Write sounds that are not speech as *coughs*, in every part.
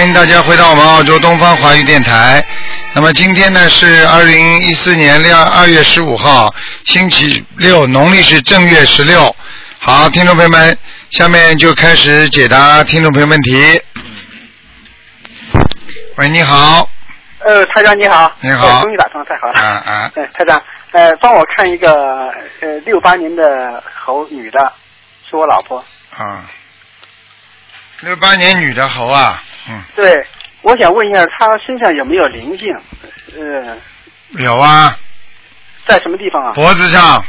迎大家回到我们澳洲东方华语电台。那么今天呢是二零一四年六二月十五号，星期六，农历是正月十六。好，听众朋友们，下面就开始解答听众朋友问题。喂，你好，呃，台长你好。你好呃终于打通了，太好了。啊啊，嗯、台长，呃，帮我看一个呃六八年的猴女的，是我老婆。啊，六八年女的猴啊，嗯，对，我想问一下她身上有没有灵性？呃，有啊，在什么地方啊？脖子上、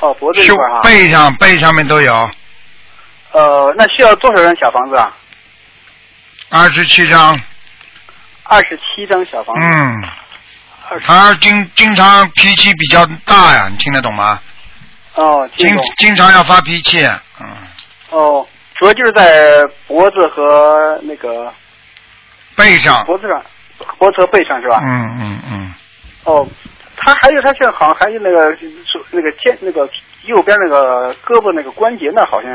哦，脖子这胸块啊。背上、背上面都有，呃，那需要多少张小房子啊？二十七张，二十七张小房子。嗯。二十。他经经常脾气比较大呀，你听得懂吗？哦，这经种。经常要发脾气，嗯，哦，主要就是在脖子和那个背上，脖子上，脖子和背上是吧？嗯嗯嗯，哦，他还有他现在好像还有那个手那个肩那个右边那个胳膊那个关节那儿好像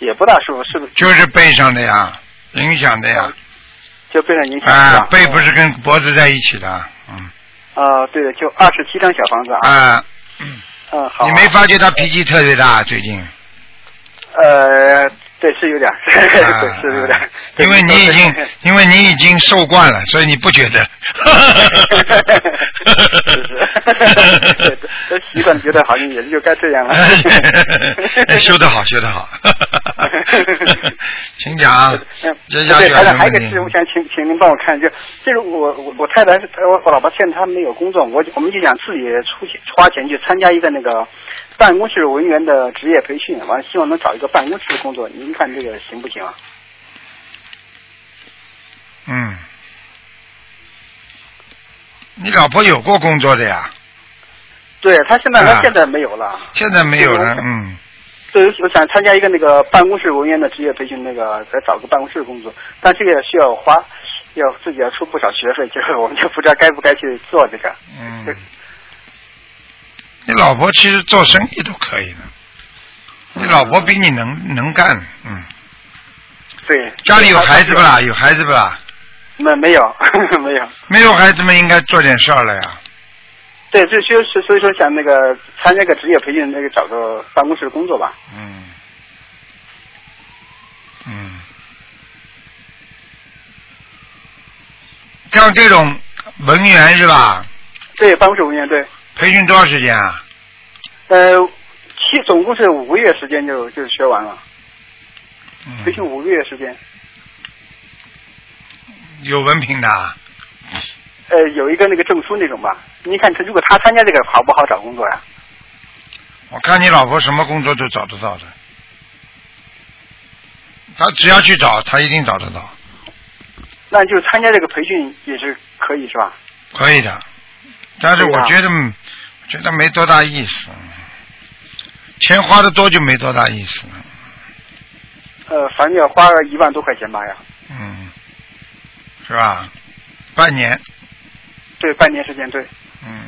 也不大舒服，是不是就是背上的呀，影响的呀，啊就被人影响是啊吧？，背不是跟脖子在一起的，嗯，啊、对的，就二十七张小房子啊。啊，嗯，好。你没发觉他脾气特别大最近？呃，对，是有点儿，*laughs* 啊对，是有点儿。 *laughs* 因为你已经 *laughs* 对因为你已经受惯了，所以你不 *laughs* 觉得。 *laughs* 是是， *laughs* 对都都习惯，觉得好像也就该这样了。 *laughs* 哎修 *laughs* 得好，修得好。*laughs* 请讲，嗯，接下对，去台长还还有一个有问事，我题。想请请您帮我看，就就是我我我太太呃我我老婆现在她没有工作，我我们就想自己出去花钱去参加一个那个办公室文员的职业培训，完了希望能找一个办公室的工作，您看这个行不行啊？嗯，你老婆有过工作的呀？对她现在啊她现在没有了，现在没有了有，嗯，对，我想参加一个那个办公室文员的职业培训，那个再找个办公室工作，但这个也需要花，要自己要出不少学费，就是我们就不知道该不该去做这个。嗯。你老婆其实做生意都可以的，你老婆比你能能干，嗯。对，家里有孩子不啦？有孩子不啦？没没有 *laughs* 没有。没有孩子们应该做点事儿啊了呀。对，所以所以所以说想那个参加个职业培训，那个找个办公室的工作吧。嗯，嗯，像这种文员是吧？对，办公室文员对，培训多少时间啊？呃，七总共是五个月时间就就学完了，嗯培训五个月时间。有文凭的啊，呃，有一个那个证书那种吧。你看他如果他参加这个好不好找工作呀、我看你老婆什么工作都找得到的。她只要去找，她一定找得到，那就是参加这个培训也是可以是吧？可以的。但是对我呀觉得，嗯觉得没多大意思，钱花的多就没多大意思了。呃，反正要花个一万多块钱吧呀。嗯，是吧？半年，对，半年时间，对嗯，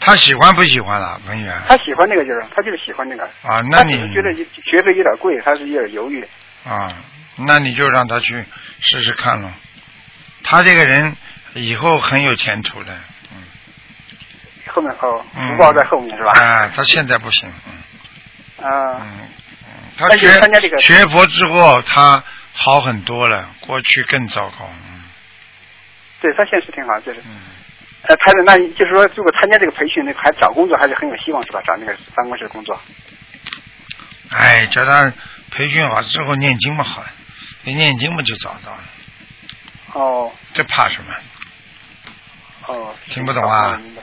他喜欢不喜欢啦，文员他喜欢那个就是，他就是喜欢那个，啊？他那你只是觉得学费有点贵，他是有点犹豫。啊，那你就让他去试试看咯。他这个人以后很有前途的，后面哦，嗯福报在后面是吧？啊，他现在不行，嗯啊、嗯，嗯他但是学参加这个学佛之后，他好很多了，过去更糟糕，嗯对他现在是挺好，就是。嗯。呃，台长，那你就是说，如果参加这个培训，那个还找工作还是很有希望是吧？找那个办公室工作。哎，叫他培训好之后念经嘛好了，一念经嘛就找到了，哦这怕什么？哦。听不懂啊哦明白。嗯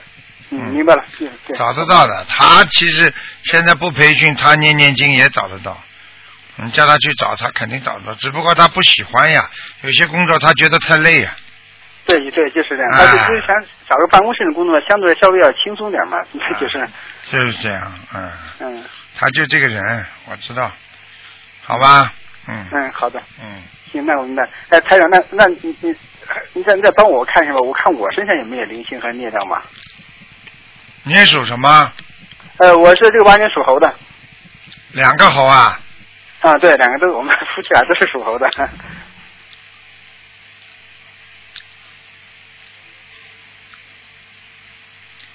嗯，明白了，对对。找得到的。他其实现在不培训，他念念经也找得到。你叫他去找，他肯定找得到，只不过他不喜欢呀。有些工作他觉得太累呀。对对，就是这样。啊他就是想找个办公室的工作，相对稍微要轻松点嘛， *laughs* 就是啊就是这样，嗯，嗯他就这个人，我知道，好吧，嗯嗯，好的，嗯，行，那我明白。哎，台长，那那你你你再你再帮我看一下吧，我看我身上有没有灵性和孽障嘛？你也属什么？呃，我是六八年属猴的两个猴啊？ *laughs* 啊，对，两个都我们夫妻俩都是属猴的。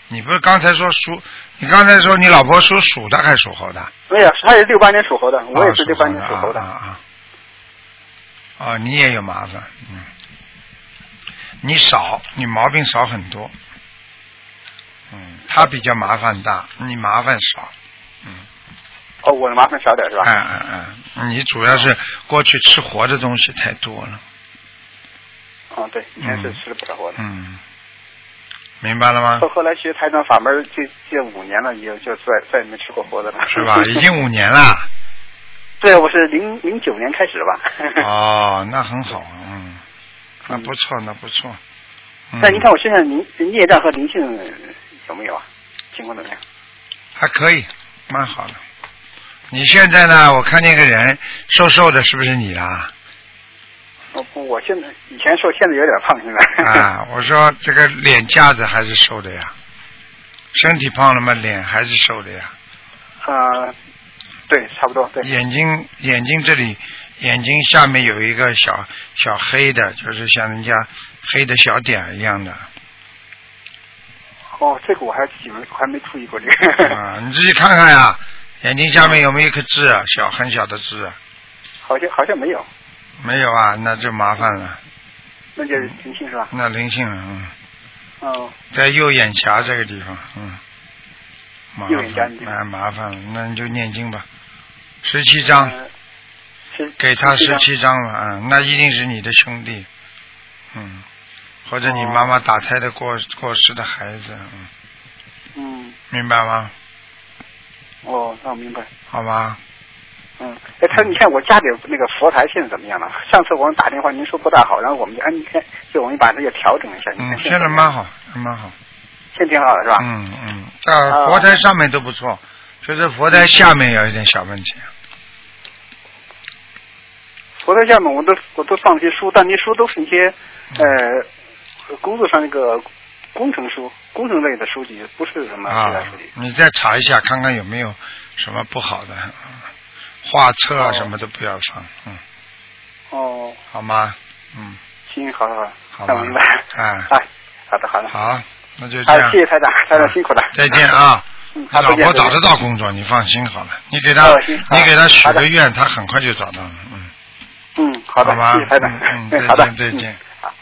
你不是刚才说属？你刚才说你老婆属鼠的还是属猴的？ *laughs* 没有，他也六八年属猴的，我也是六八年属猴的。啊啊啊！哦，你也有麻烦，嗯，你少，你毛病少很多，嗯，他比较麻烦大，你麻烦少，哦，我的麻烦少点是吧？嗯嗯嗯，你主要是过去吃活的东西太多了，嗯，对，以前是吃了不少活的。嗯，明白了吗后？后来学台长法门这这五年了，也就再再也没吃过活的了。是吧？已经五年了， *laughs* 对，我是零零九年开始的 *laughs* 吧。哦，那很好，嗯，那不错，那不错。嗯那您看我身上灵孽障和灵性有没有啊？情况怎么样？还可以，蛮好的。你现在呢？我看见个人瘦瘦的，是不是 *laughs* 你啦？我不我现在以前瘦，现在有点胖，现在。啊，我说这个脸架子还是瘦的呀，身体胖了嘛，脸还是瘦的呀，呃，对，差不多，对，眼睛眼睛这里眼睛下面有一个小小黑的，就是像人家黑的小点一样的 *laughs* 哦，这个我还自己没还没注意过这个， *laughs* 啊，你自己看看呀，眼睛下面有没有一颗痣啊？小很小的痣啊？ *laughs* 好像好像没有，没有啊，那就麻烦了，那就是灵性是吧？那灵性了嗯。哦，在右眼颊这个地方，嗯，麻右眼颊这个地烦，方哎，麻烦了，那你就念经吧，十七章，呃是给他是这十样七章了，嗯，那一定是你的兄弟，嗯，或者你哦妈妈打胎的过过世的孩子，嗯，嗯，明白吗？哦，那我明白。好吧，嗯，哎，他说你看我家里那个佛台现在怎么样了？上次我们打电话，您说不大好，然后我们就哎，你看，就我们把这个调整一下。你嗯，看现在在蛮好，蛮好，现在挺好的是吧？嗯嗯，啊呃，佛台上面都不错，就是佛台下面有一点小问题，佛台下面我都我都放了些书，但那些书都是一些嗯呃工作上那个工程书、工程类的书籍，不是什么其他啊书籍。，你再查一下，看看有没有什么不好的，嗯画册啊哦什么都不要放，嗯。哦，啊好吗？嗯，行，好好好那吧我明白。哎哎，好的好的，好，那就这好，样啊谢，谢台长，台长辛苦了。再见啊！嗯，你好，老再见婆再找见得到工作，你放心好了。你给她哦，行好你给她许好个的愿，她很快就找到了。嗯，嗯，好的，吧谢谢台长。嗯 *laughs* 嗯好的，再见再嗯见好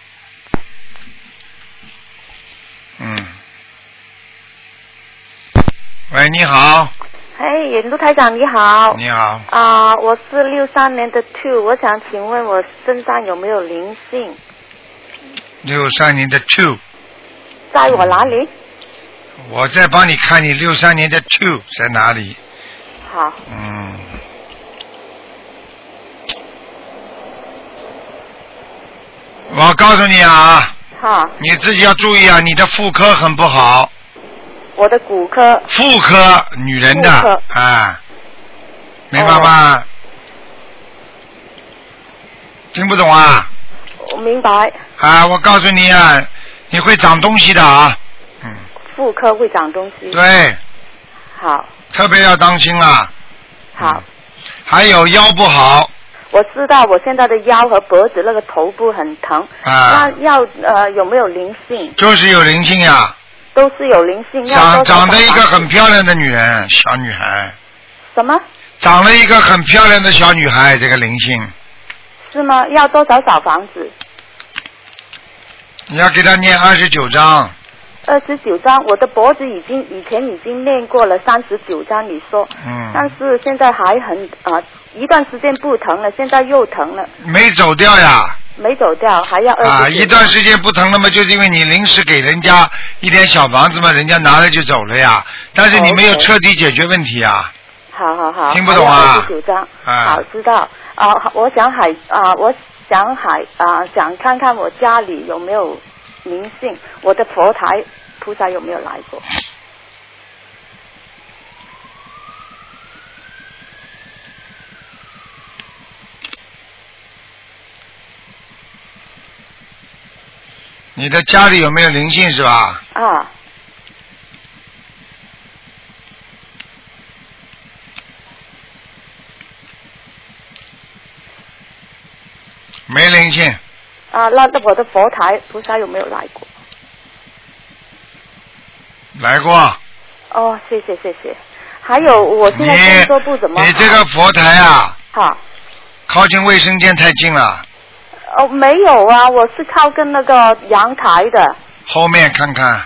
嗯。喂，你好，哎，卢台长你好。你好，啊、我是六三年的 two，我想请问我身上有没有灵性？六三年的 two，在我哪里？我再帮你看你六三年的 two 在哪里？好，嗯。我告诉你啊，哈，你自己要注意啊，你的妇科很不好。我的骨科妇科，女人的妇啊，明白吗？听不懂啊？我明白，啊，我告诉你啊，你会长东西的啊。嗯，妇科会长东西。对，好，特别要当心啊。好，还有腰不好我知道我现在的腰和脖子那个头部很疼，啊那，要呃有没有灵性？就是有灵性呀、都是有灵性，要长多少长得一个张很漂亮的女人，小女孩，什么？长了一个很漂亮的小女孩，这个灵性，是吗？要多少小房子？你要给她念二十九章。二十九张，我的脖子已经以前已经练过了三十九张，你说，嗯。但是现在还很啊、一段时间不疼了，现在又疼了，没走掉呀。没走掉，还要二啊，十九。一段时间不疼了嘛，就是因为你临时给人家一点小房子嘛，人家拿了就走了呀。但是你没有 OK 彻底解决问题啊。好好好，听不懂啊二十九张，啊好知道啊、我想海啊、我想海啊、想看看我家里有没有灵性，我的佛台菩萨有没有来过？你的家里有没有灵性是吧？啊，没灵性，啊，那那我的佛台菩萨有没有来过？来过。哦，谢谢谢谢。还有，我现在工作不怎么你好你这个佛台啊，好。靠近卫生间太近了，哦，没有啊，我是靠跟那个阳台的，后面看看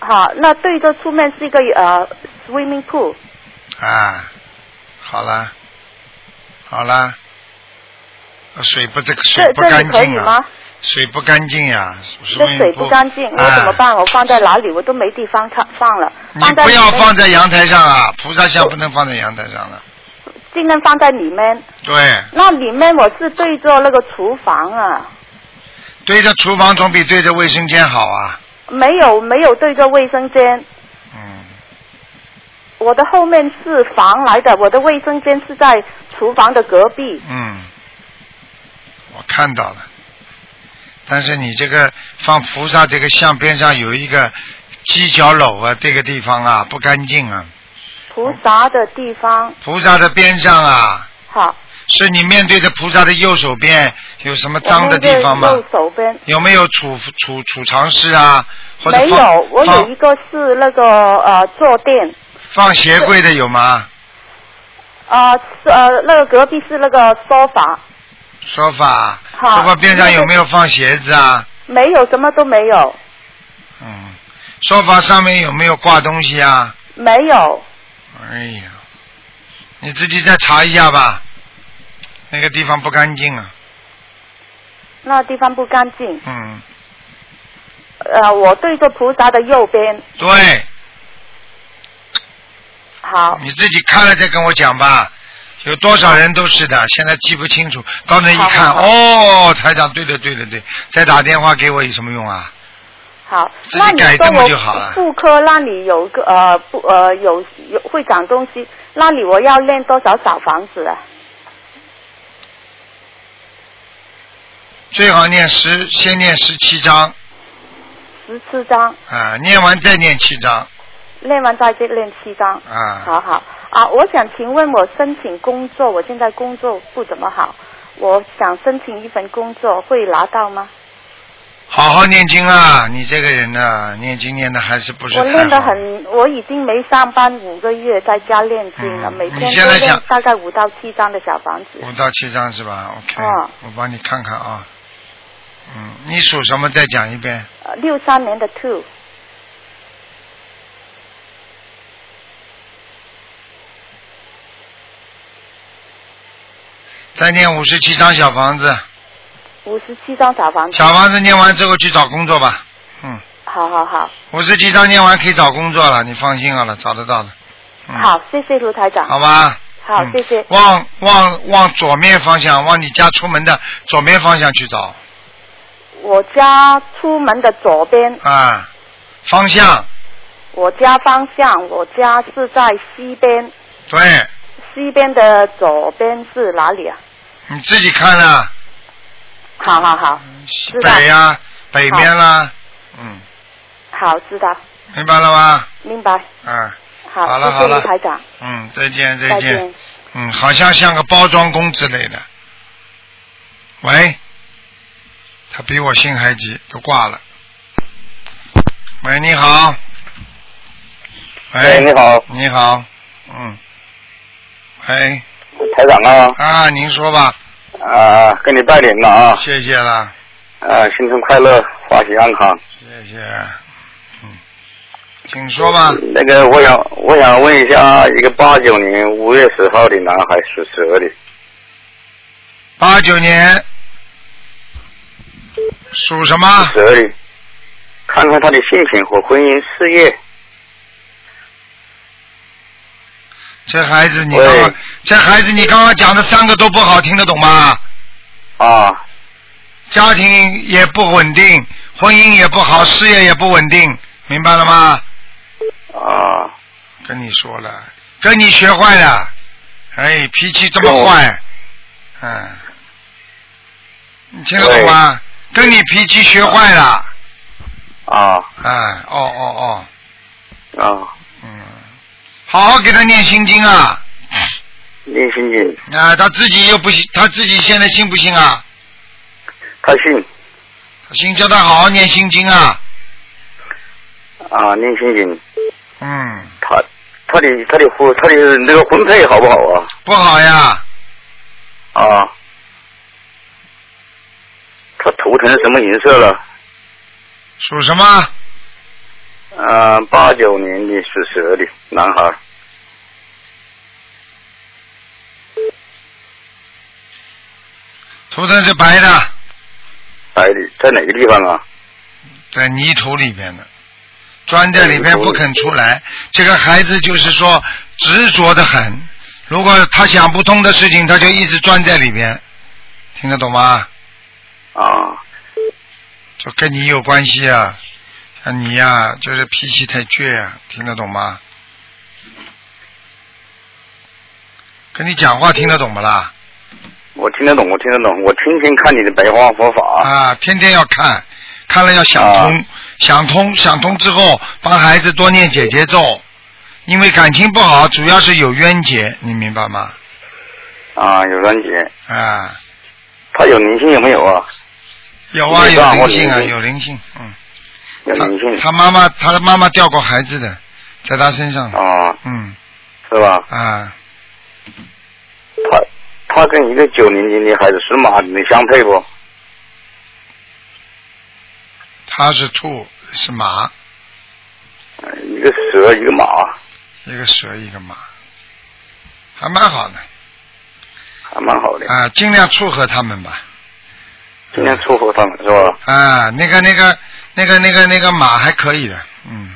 好，那对着出面是一个呃 swimming pool，啊，好了，好了，水不这个水这不这干里可以净啊吗，？水不干净呀、这水不干净，我怎么啊办？我放在哪里？我都没地方看放了，你放在不要里面放在阳台上啊，菩萨像不能放在阳台上了。尽量放在里面。对，那里面我是对着那个厨房啊，对着厨房总比对着卫生间好啊。没有没有对着卫生间。嗯，我的后面是房来的，我的卫生间是在厨房的隔壁。嗯，我看到了，但是你这个放菩萨这个像边上有一个犄角篓啊，这个地方啊不干净啊。菩萨的地方，菩萨的边上啊，好，是你面对着菩萨的右手边有什么我脏的面对地方吗？右手边有没有储储储藏室啊？或者没放有，我有放一个是那个呃坐垫，放鞋柜的有吗？呃是呃那个隔壁是那个 sofa，说法，好说法边上有没有放鞋子啊？没有什么都没有，嗯，说法上面有没有挂东西啊？没有，哎呀，你自己再查一下吧，那个地方不干净啊。那地方不干净。嗯，呃，我对着菩萨的右边，对，好，你自己看了再跟我讲吧。有多少人都是的，现在记不清楚，到那一看，好好哦，台长，对的对的对，再打电话给我有什么用啊？好，自己那你改说这么我就好了妇科那里有个呃不呃有有会长东西，那里我要练多少小房子啊？最好念十，先念十七章十七张，啊，念完再念七章练完再练七张。啊。好好啊，我想请问我申请工作，我现在工作不怎么好，我想申请一份工作，会拿到吗？好好念经啊！你这个人呢、念经念的还是不是我太好练得。很，我已经没上班五个月，在家练经了，嗯每你天现都在练想大概五到七张的小房子。五到七章是吧？OK，、哦我帮你看看啊。嗯，你属什么？再讲一遍。呃，六三年的 two，再念五十七章小房子，五十七张小房子。小房子念完之后去找工作吧。嗯，好好好。五十七章念完可以找工作了，你放心好了，找得到的。嗯、，好，谢谢卢台长。好吧。好嗯谢谢往往往左面方向，往你家出门的左面方向去找我家出门的左边，啊，方向我家方向，我家是在西边，对，西边的左边是哪里啊？你自己看啊。好好好，西知道北呀、北面啦，嗯，好，知道，明白了吗？明白。啊，好，好了谢好谢了卢台长，嗯，再见再再见，嗯，好像像个包装工之类的。喂，他比我心还急，都挂了。喂，你好。哎，你喂，好，你好，嗯，喂，台长啊，啊，您说吧，啊，跟你拜年了啊，谢谢啦，啊，新春快乐，法喜安康。谢谢，嗯，请说吧，嗯那个，我想，我想问一下，一个八九年五月十号的男孩属蛇的，八九年属什么？属蛇的，看看他的性情和婚姻事业。这孩子你刚刚喂，这孩子你刚刚讲的三个都不好，听得懂吗？啊，家庭也不稳定，婚姻也不好，事业也不稳定，明白了吗？啊，跟你说了，跟你学坏了，哎，脾气这么跟我坏，嗯，你听得懂吗？跟你脾气学坏了，啊，哎，哦哦哦，啊，嗯，好好给他念心经啊。念心经，啊，他自己又不信，他自己现在信不信啊？他信，信叫他好好念心经啊，啊，年轻人，嗯，他他的他的婚他的那个婚配好不好啊？不好呀，啊，他图腾什么颜色了？属什么？嗯、八九年的属蛇的男孩，图腾是白的，白的，在哪个地方啊？在泥土里面的，钻在里面不肯出来。这个孩子就是说执着的很，如果他想不通的事情，他就一直钻在里面，听得懂吗？啊，就跟你有关系啊，像你呀、就是脾气太倔啊，听得懂吗？跟你讲话听得懂不啦？我听得懂，我听得懂，我天天看你的白话佛法。啊，天天要看，看了要想通，啊想通，想通之后，帮孩子多念姐姐咒，因为感情不好，主要是有冤结，你明白吗？啊，有专辑，啊，他有灵性有没有啊？有啊，有有吧灵性啊，我明白有灵性，嗯，有灵性他他妈妈，他的妈妈掉过孩子的，在他身上，啊，嗯，是吧？啊，他他跟一个九零年的孩子属马的你相配不？他是兔，是马，呃啊一个蛇，一个马，一个蛇一个马，还蛮好的还蛮好的，啊，尽量撮合他们吧。今天撮合他们是吧？啊，那个那个那个那个那个马还可以的，嗯，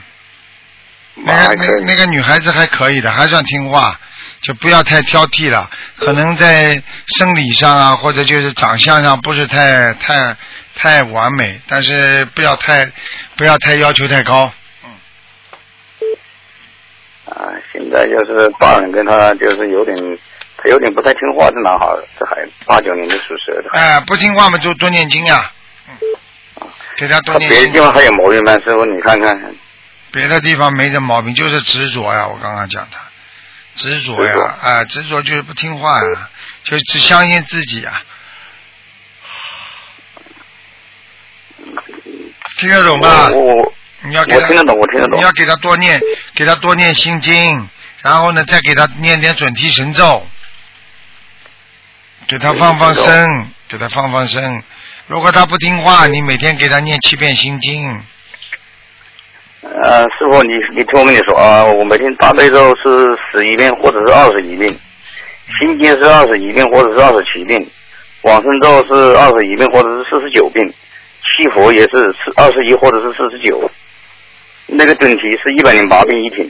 马那还可个那以那个女孩子还可以的，还算听话，就不要太挑剔了。可能在生理上啊，或者就是长相上不是太太太完美，但是不要太不要太要求太高。啊，现在就是大人跟他就是有点，他有点不太听话，这男孩儿，这孩子八九年的属蛇的，哎、不听话嘛就多念经呀、嗯，给他多他念别的经地。方还有毛病吗？师傅，你看看，别的地方没什么毛病，就是执着呀。我刚刚讲他，执着呀执着，啊、执着就是不听话呀，就只相信自己啊。听得懂吧？我我你要给我他听，得懂，我听得懂你要给他多念，给他多念心经，然后呢，再给他念点准提神咒，给他放放准生，给他放放生。如果他不听话，你每天给他念七遍心经。呃，师傅，你你听我跟你说啊，我每天大悲咒是十一遍或者是二十一遍，心经是二十一遍或者是二十七遍，往生咒是二十一遍或者是四十九遍，七佛也是二十一或者是四十九，那个准提是一百零八遍一天，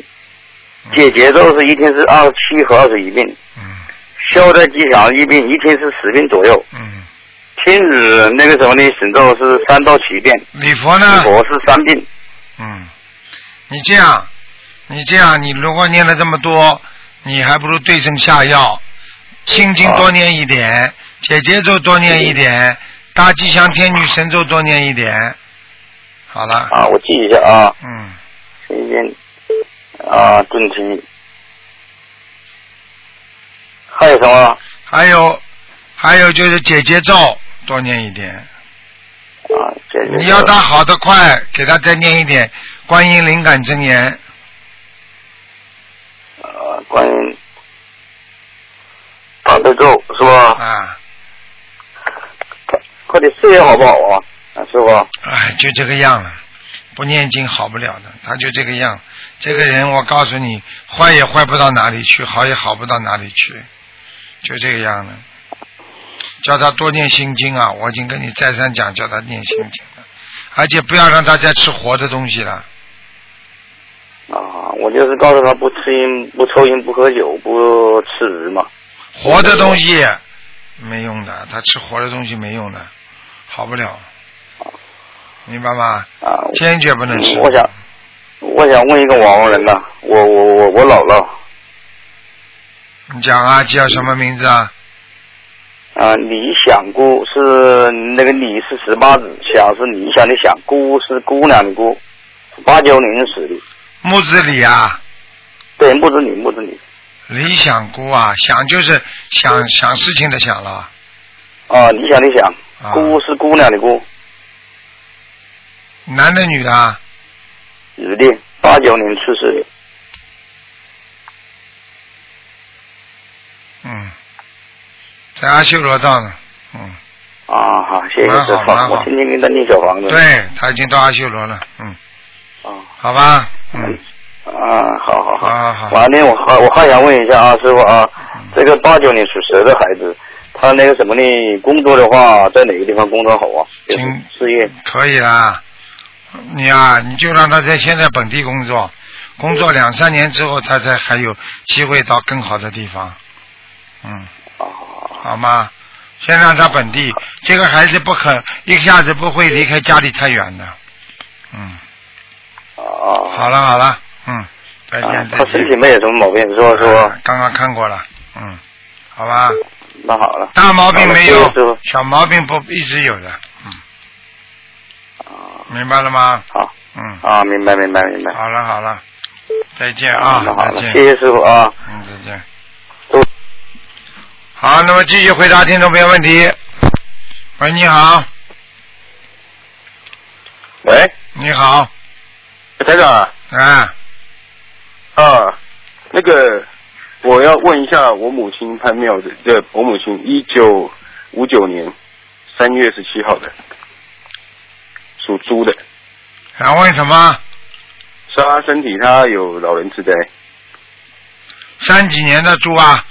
解结咒是一天是二十七和二十一遍，嗯消灾吉祥一遍一天是十遍左右，嗯，天子那个什么呢，神咒是三到七遍，礼佛呢？礼佛是三遍，嗯，你这样，你这样，你如果念了这么多，你还不如对症下药，心经多念一点，姐姐咒多念一点，大吉祥天女神咒多念一点，好了，啊，我记一下啊。嗯，这边啊，准提，还有什么还有还有就是姐姐咒多念一点，啊？这就是你要他好的快，给他再念一点观音灵感真言，啊，关于大悲咒啊是吧？啊，快快点事业好不好啊？啊，师傅哎，就这个样了，不念经好不了的，他就这个样。这个人，我告诉你，坏也坏不到哪里去，好也好不到哪里去，就这个样了。叫他多念心经啊！我已经跟你再三讲，叫他念心经了，而且不要让他再吃活的东西了。啊，我就是告诉他不吃烟、不抽烟、不喝酒、不吃鱼嘛。活的东西没用的，他吃活的东西没用的，好不了，明白吗？啊，我坚决不能吃。我想，我想问一个网红人呐、我我我我姥姥你讲啊，叫什么名字啊？啊，李想姑是那个李是十八子，想是理想的想，姑是姑娘的姑，八九年死的，木子李啊。对，木子李木子李理想姑啊，想就是想想事情的想了，啊，理想的想啊，姑是姑娘的姑，男的女的啊？女的，八九年出生。嗯，在阿修罗道呢，嗯，啊，好，谢谢蛮好这蛮房，好我今天给他念小房子。。对他已经到阿修罗了，嗯，嗯啊好吧，嗯，啊，好好好好。好好，完了，我还我还想问一下啊，师傅啊，这个八九年属蛇的孩子，他那个什么呢？工作的话，在哪个地方工作好啊？就是请事业可以啦。你啊，你就让他在现在本地工作，工作两三年之后，他才还有机会到更好的地方。嗯，啊，好吗？先让他本地，这个孩子不肯一下子不会离开家里太远的。嗯，啊，好了好了，嗯，再啊见，再他身见体。没有什么毛病，是吧？是吧？刚刚看过了，嗯，好吧，那好了。大毛病好没的谢谢师有傅，小毛病不一直有的，嗯啊明白了吗？好嗯，啊，明白明白明白。好了好了，再见啊那，嗯好再了，见谢。谢师傅啊。嗯，再见都。好，那么继续回答听众朋友问题。喂，你好，喂，你好，台长啊啊，啊，那个我要问一下我母亲潘妙的，对，我母亲一九五九年三月十七号的，属猪的，想问什么？是她身体她有老人痴呆，三几年的猪啊？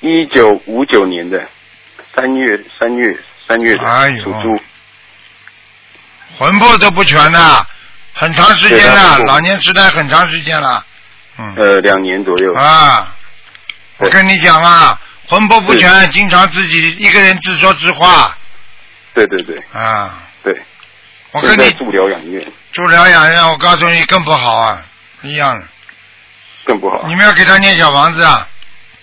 一九五九年的三月三月三月的、哎呦属猪，魂魄都不全的，很长时间对了他，是老年痴呆很长时间了。嗯。呃，两年左右，啊，我对跟你讲啊，魂魄不全，经常自己一个人自说自话对对对啊。对，我现跟在你住疗养院住疗养院，我告诉你更不好啊，一样的。更不好，你们要给他念小房子啊。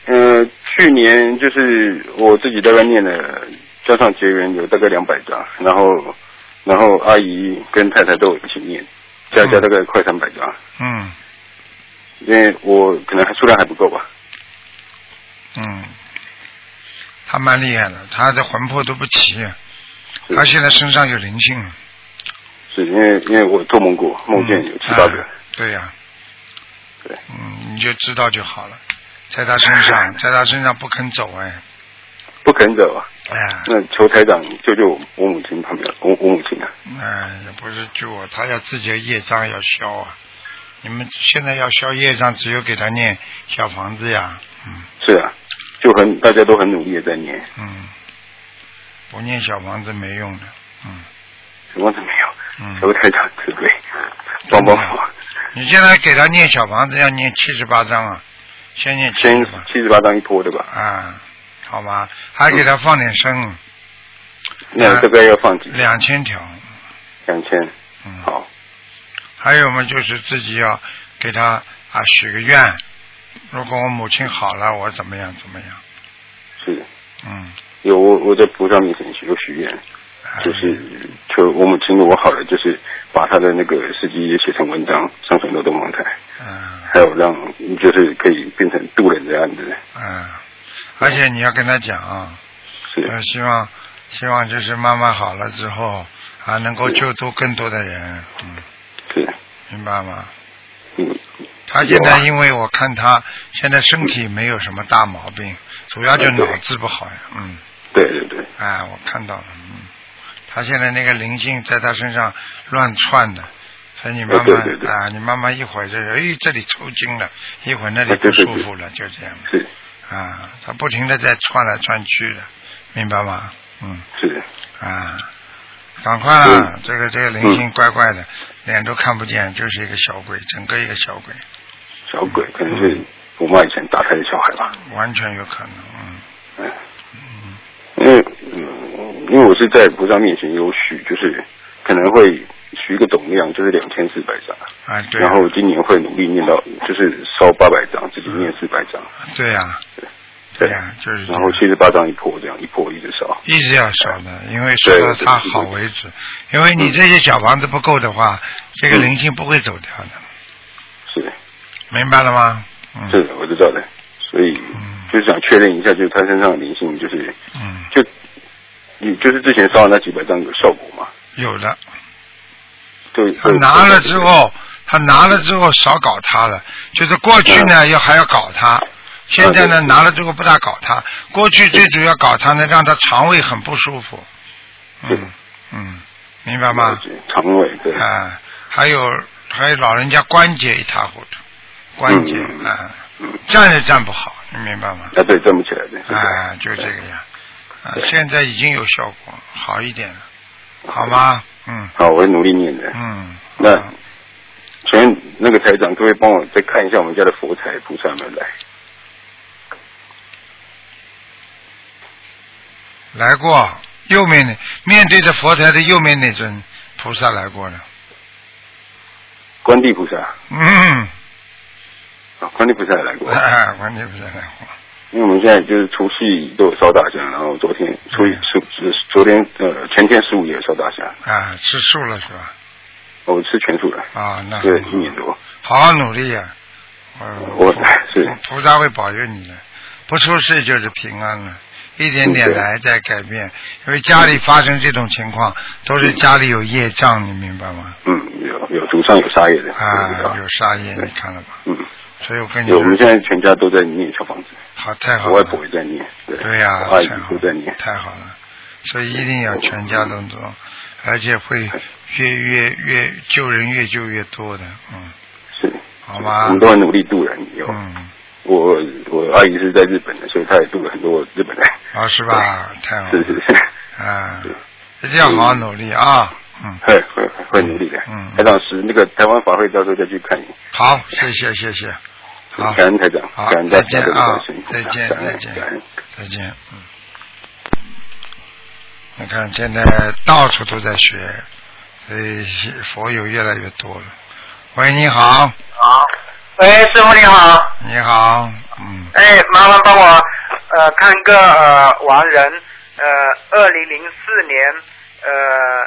呃，去年就是我自己大概念了，加上结缘有大概两百张，然后然后阿姨跟太太都有一起念，加加大概快三百张，嗯因为我可能还数量还不够吧。嗯，他蛮厉害的，他的魂魄都不齐，是他现在身上有灵性，是因为因为我做梦过，梦见有七八个嗯，对呀、对，嗯，你就知道就好了，在他身 *laughs* 上，在他身上不肯走，哎，不肯走啊。哎呀，那求台长救救我母亲旁边，我我母亲啊，哎，也不是救我，他要自己的业障要消啊。你们现在要消业障，只有给他念小房子呀，嗯是啊，就很大家都很努力的在念，嗯，不念小房子没用的，嗯什么都没有。嗯。求台长慈悲，帮帮我，你现在给他念小房子要念七十八章啊，先念七先十八七十八张一波对吧？啊，好吗？还给他放点生，那大概要放几张？啊两千条，两千，嗯，好，还有嘛，就是自己要给他啊许个愿，如果我母亲好了，我怎么样怎么样，是嗯，有我我在菩萨面前有许愿，啊就是求我母亲如果好了，就是把她的那个事迹也写成文章，上传到东方台，嗯还有让就是可以变成渡人的案子，嗯，而且你要跟他讲啊，是呃，希望希望就是妈妈好了之后啊，能够救度更多的人，嗯，是，明白吗？嗯，他现在有啊因为我看他现在身体没有什么大毛病，主要啊就脑子不好呀。嗯，对对对，哎，我看到了，嗯，他现在那个灵性在他身上乱窜的，所以你妈啊妈对对对啊，你妈妈一会儿这哎这里抽筋了，一会儿那里啊不对对舒服了，就这样是啊，他不停的在窜来窜去的，明白吗？嗯是，啊，赶快啦嗯，这个这个灵性怪怪的，脸都看不见，就是一个小鬼，整个一个小鬼，小鬼可能是我妈以前打胎的小孩吧，嗯完全有可能，嗯。嗯，因为嗯，因为我是在菩萨面前有许，就是可能会许一个总量，就是两千四百张。啊，对然啊，后我今年会努力念到，就是烧八百张，自己念四百张，对啊呀，对呀，就是这然后样，七十八张一破，这样一破一直烧。一直要烧的，因为烧到它好为止。因为你这些小房子不够的话，这个灵性不会走掉的，嗯是明白了吗？嗯，是的，我知道的。所以嗯就是想确认一下，就是他身上的灵性，就是嗯，就你就是之前烧的那几百张有效果吗？有的。就啊他拿了之，后，他拿了之后少搞他了，就是过去嗯呢要还要搞他，现在呢拿了之后不大搞他，过去最主要搞他呢，让他肠胃很不舒服。对嗯嗯，明白吗？肠胃对，啊，还有还有老人家关节一塌糊涂，关节嗯啊嗯，站也站不好，你明白吗？啊对，站不起来的，是的， *laughs* 啊，就这个样。啊，对现在已经有效果，好一点了，好吗？嗯好，我会努力念的。嗯。那好全那个台长，各位帮我再看一下我们家的佛台菩萨们来，来过右面那面对着佛台的右面那尊菩萨来过了。观地菩萨嗯，啊，观地菩萨也来过。 *laughs* 啊，观音菩萨来过。因为我们现在就是除夕都有烧大香，然后昨天初嗯一初昨天呃前天十五也有烧大香，啊，吃素了是吧？我吃全素了，啊，那对很，好一年多。好好努力呀、我菩是菩萨会保佑你的，不出事就是平安了。一点点来，再改变。因为家里发生这种情况，都是家里有业障，你明白吗？嗯，有有祖上有杀业的，对啊，吧有杀业，对你看了吧？嗯，所以我跟你有我们说，现在全家都在念小房子，好，太好我了。外婆也在念，对，对呀、我阿姨太好都在念了，，太好了，所以一定要全家都做，而且会越越越救人越救越多的，嗯，是，好吗我们？都很努力度人，有啊嗯，我我阿姨是在日本的，所以她也度了很多日本人，啊是吧？太好是了是，是，啊，一定要好好努力啊，嗯，会会会会努力的。嗯嗯台长是那个台湾法会，到时候再去看一眼。好，谢谢谢谢，好，感恩台长，好感恩大再家见的啊关心，再见感恩再见感恩。再见，嗯。你看现在到处都在学，所以佛友越来越多了。喂，你好，好，喂，师傅你好，你好，嗯，哎，麻烦帮我呃看一个呃亡人，呃，二零零四年呃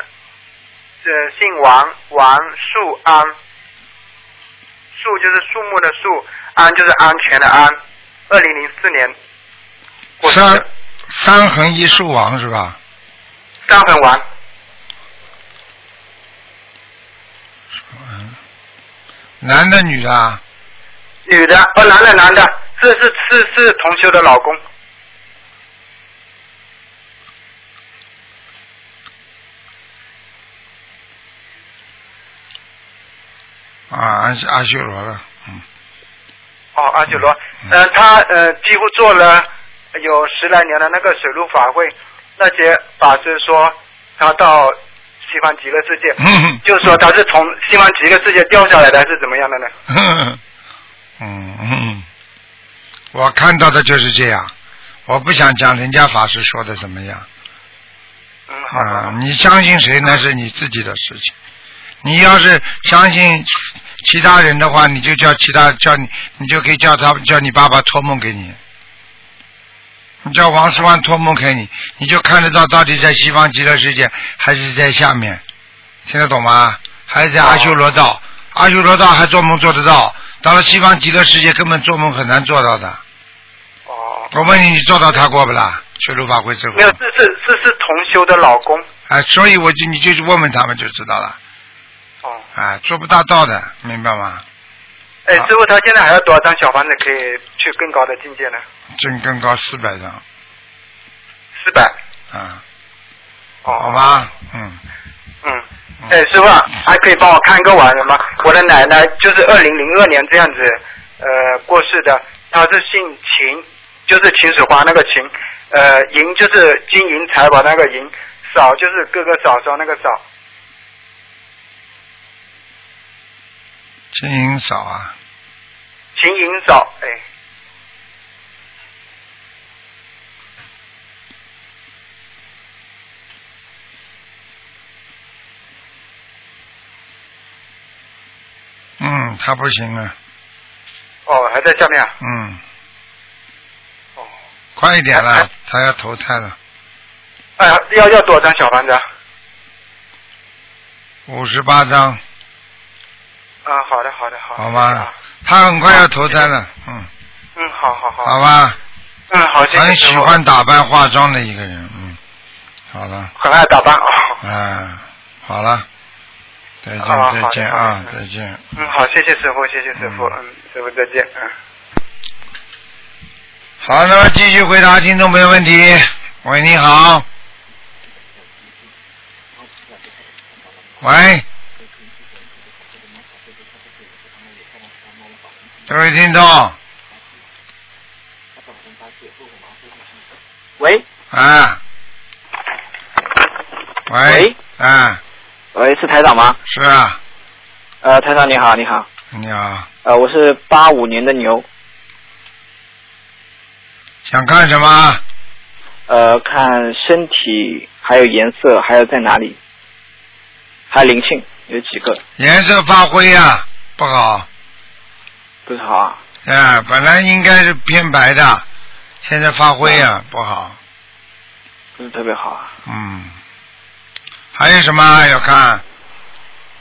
呃姓王，王树安，树就是树木的树，安就是安全的安，二零零四年过世三的，三横一竖王是吧？三横王，嗯，男的女的啊？女的，哦男的男的，是是是是同修的老公，啊，阿阿修罗了， *laughs* 嗯，哦，阿修罗嗯，呃，他呃几乎做了有十来年的那个水陆法会，那些法师说他到西方极乐世界，嗯就说他是从西方极乐世界掉下来的，还是怎么样的呢？嗯嗯，我看到的就是这样。我不想讲人家法师说的怎么样嗯，好的，啊，你相信谁那是你自己的事情。你要是相信其他人的话，你就叫其他叫你，你就可以叫他叫你爸爸托梦给你。你叫王十万托梦给你，你就看得到到底在西方极乐世界还是在下面，听得懂吗？还是在阿修罗哦道？阿修罗道还做梦做得到，到了西方极乐世界根本做梦很难做到的。哦，我问你，你做到他过不啦？修罗法会之后没有，是是是是同修的老公，啊，所以我就你就去问问他们就知道了哦，啊，做不大到的，明白吗？哎，好师傅他现在还要多少张小房子可以去更高的境界呢？挣更高四百张四百，啊，哦，好吧，嗯，嗯嗯，哎，师傅啊，还可以帮我看一个亡人吗？我的奶奶就是二零零二年这样子，呃，过世的。她是姓秦，就是秦始皇那个秦，呃，银就是金银财宝那个银，嫂就是哥哥嫂嫂那个嫂。金银少啊，秦银嫂，哎，嗯，他不行啊，哦，还在下面啊。嗯，哦，快一点哎啦哎，他要投胎了，哎，要要多少张小房子啊？五十八张，啊，好的，好的，好的。好谢谢吗啊？他很快要投胎了，嗯，嗯，好好好。好吧，嗯，好，谢谢很师喜傅欢打扮化妆的一个人，嗯，好了，很爱打扮哦。啊，好了，再见啊好再见好啊好再见。嗯，好，谢谢师傅，谢谢师傅，嗯，师傅再见，嗯。好，那么继续回答听众朋友问题。喂，你好。喂，这位听众，喂啊，喂，啊，喂，是台长吗？是啊，呃，台长你好，你好，你好，呃，我是八五年的牛，想看什么？呃，看身体，还有颜色，还有在哪里，还有灵性，有几个颜色发灰呀、啊，不好，不是好啊？啊，本来应该是偏白的，现在发灰呀、不好，不是特别好啊。嗯，还有什么要看？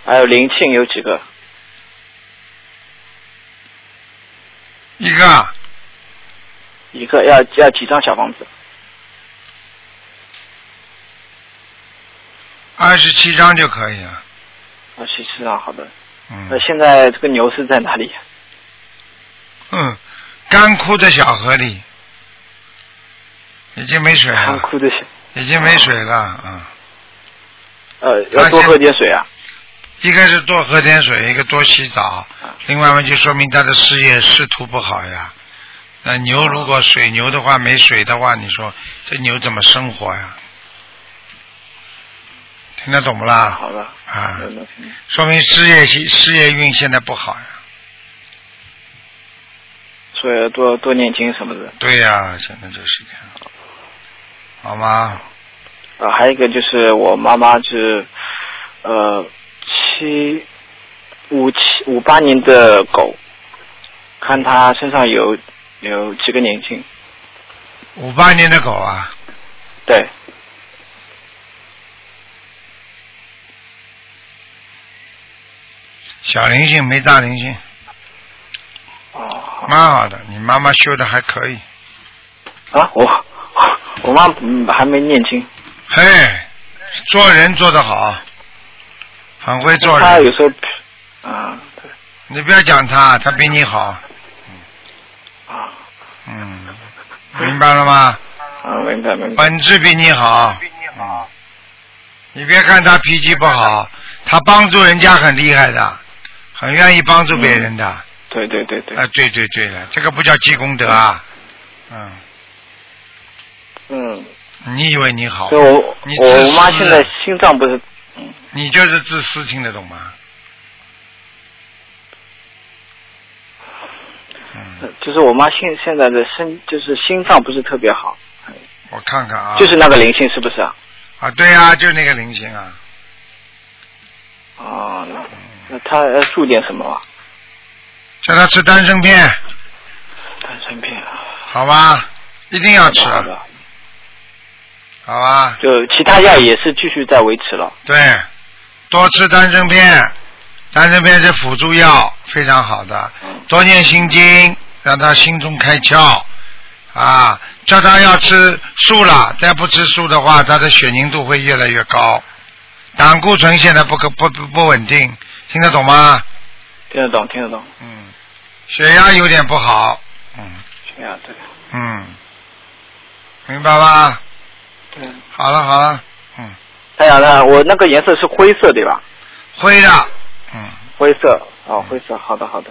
还有灵性有几个？一个啊一个要要几张小房子？二十七张就可以了。二十七张，好的。那嗯现在这个牛是在哪里？嗯，干枯的小河里已经没水干了，枯的小，已经没水了。嗯，呃，要多喝点水啊。一个是多喝点水，一个多洗澡，另外嘛就说明他的事业仕途不好呀。那牛如果水牛的话，没水的话，你说这牛怎么生活呀？听得懂不啦？好了，啊，嗯那行说明事业事业运现在不好呀。所以要多多念经什么的。对呀、现在就是这样，好吗？啊，还有一个就是我妈妈是，呃，七五七五八年的狗，看她身上有有几个年轻，五八年的狗啊，对，小灵性没大灵性，哦，好蛮好的。你妈妈修的还可以，啊，我 *laughs* 我妈嗯还没念经，嘿，做人做得好，很会做她有人。时候啊对你不要讲他，他比你好，啊嗯，明白了吗？啊明白明白本质比你好，啊嗯你别看他脾气不好，他帮助人家很厉害的，很愿意帮助别人的。对对对对啊，对对对了，这个不叫积功德啊。嗯，嗯，你以为你好所以，我你自我妈私现在心脏不是你就是自私，听得懂吗？嗯，就是我妈现现在的身就是心脏不是特别好，我看看啊，就是那个灵性是不是啊？啊，对啊，就那个灵性啊，哦，那那他要注点什么啊？叫他吃丹参片，丹参片啊，好吧？一定要吃，啊好的，好吧？就其他药也是继续在维持了。对，多吃丹参片，丹参片是辅助药，非常好的。嗯，多念心经，让他心中开窍啊！叫他要吃素了，再不吃素的话，他的血凝度会越来越高。胆固醇现在不可不不不稳定，听得懂吗？听得懂，听得懂。嗯，血压有点不好，嗯这样啊对，嗯，明白吧？嗯。好了好了，嗯太阳呢？我哎那个颜色是灰色对吧？灰的，嗯灰色，哦，灰色，好的好的。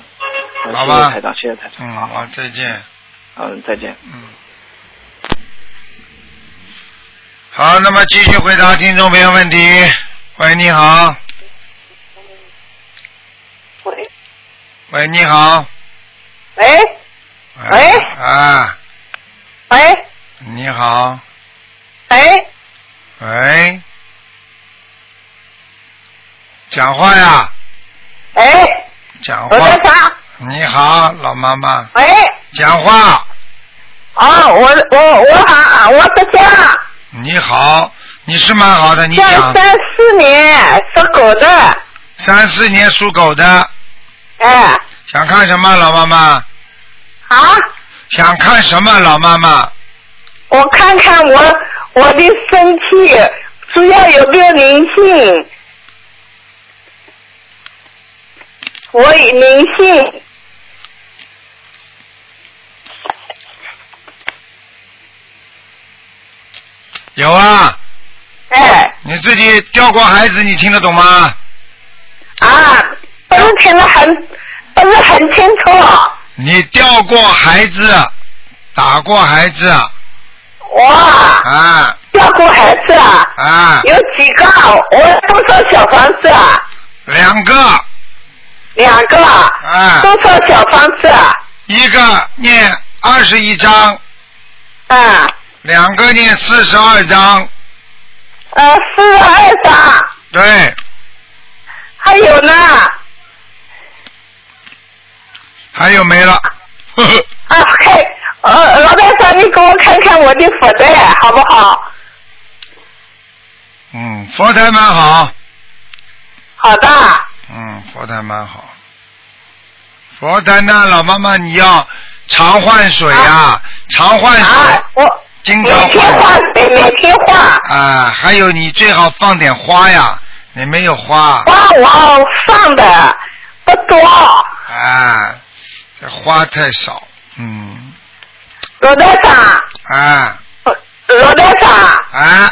嗯好谢吧谢台长，谢谢台长。嗯，好好好，再见。嗯，再见。嗯，好，那么继续回答听众朋友问题。喂，你好。喂喂，你好。哎喂喂啊，喂你好。哎喂，喂。讲话呀，哎，讲罗话台。长，你好，老妈妈，喂，哎讲话。啊，我我我啊好，啊我是江你好，你是蛮好的，你江讲。三四年属狗的，三四年属狗的，哎，想看什么，老妈妈？啊，想看什么，老妈妈？我看看我我的身体主要有没有灵性，我灵性有啊，哎你自己掉过孩子，你听得懂吗？啊，不是听得很不是很清楚啊，你掉过孩子，打过孩子，哇，啊要过孩子啊，啊，有几个啊？我多少小房子啊？两个，两个啊，啊，多少小房子啊？一个念二十一章，啊，两个念四十二章，呃，四十二张，对，还有呢，还有没了，呵呵，啊，看，呃，老板长，你给我看看我的福袋好不好？嗯，佛台蛮好，好的，嗯，佛台蛮好。佛台呢，老妈妈你要常换水呀、常换水啊，，我经每常天换换水，每天换。啊，还有你最好放点花呀，你没有花花我放的不多，啊，这花太少，嗯，罗队长，啊罗队长，啊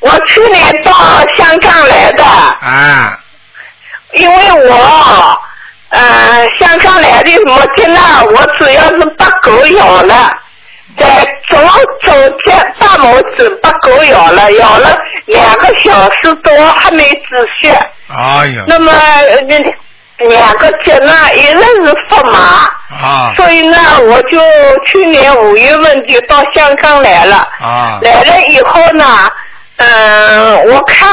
我去年到香港来的，啊，因为我呃香港来的目的呢，我主要是被狗咬了。在左左脚大拇指被狗咬了，咬了两个小时多还没止血。哎呦那么呃那两个脚呢，一直是发麻。啊所以呢，我就去年五月份就到香港来了。啊，来了以后呢，嗯、我看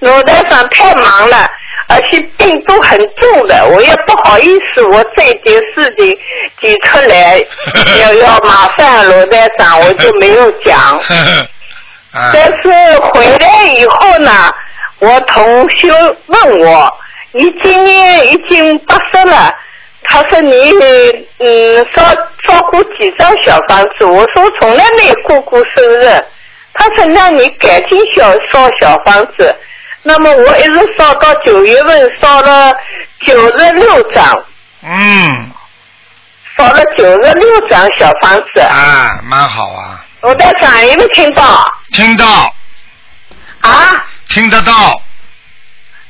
罗台长太忙了，而且病都很重的，我也不好意思，我这件事情提出来 *laughs* 要要麻烦罗台长，我就没有讲。呵呵， *laughs* 啊但是回来以后呢，我同学问我，你今年已经八十了，他说你嗯烧烧过几张小房子？我说从来没过过生日。他说那你赶紧小烧小房子。那么我一直烧到九月份，烧了九十六张，嗯烧了九十六张小房子。啊，蛮好啊，我在长有没有听到？听到啊？听得到，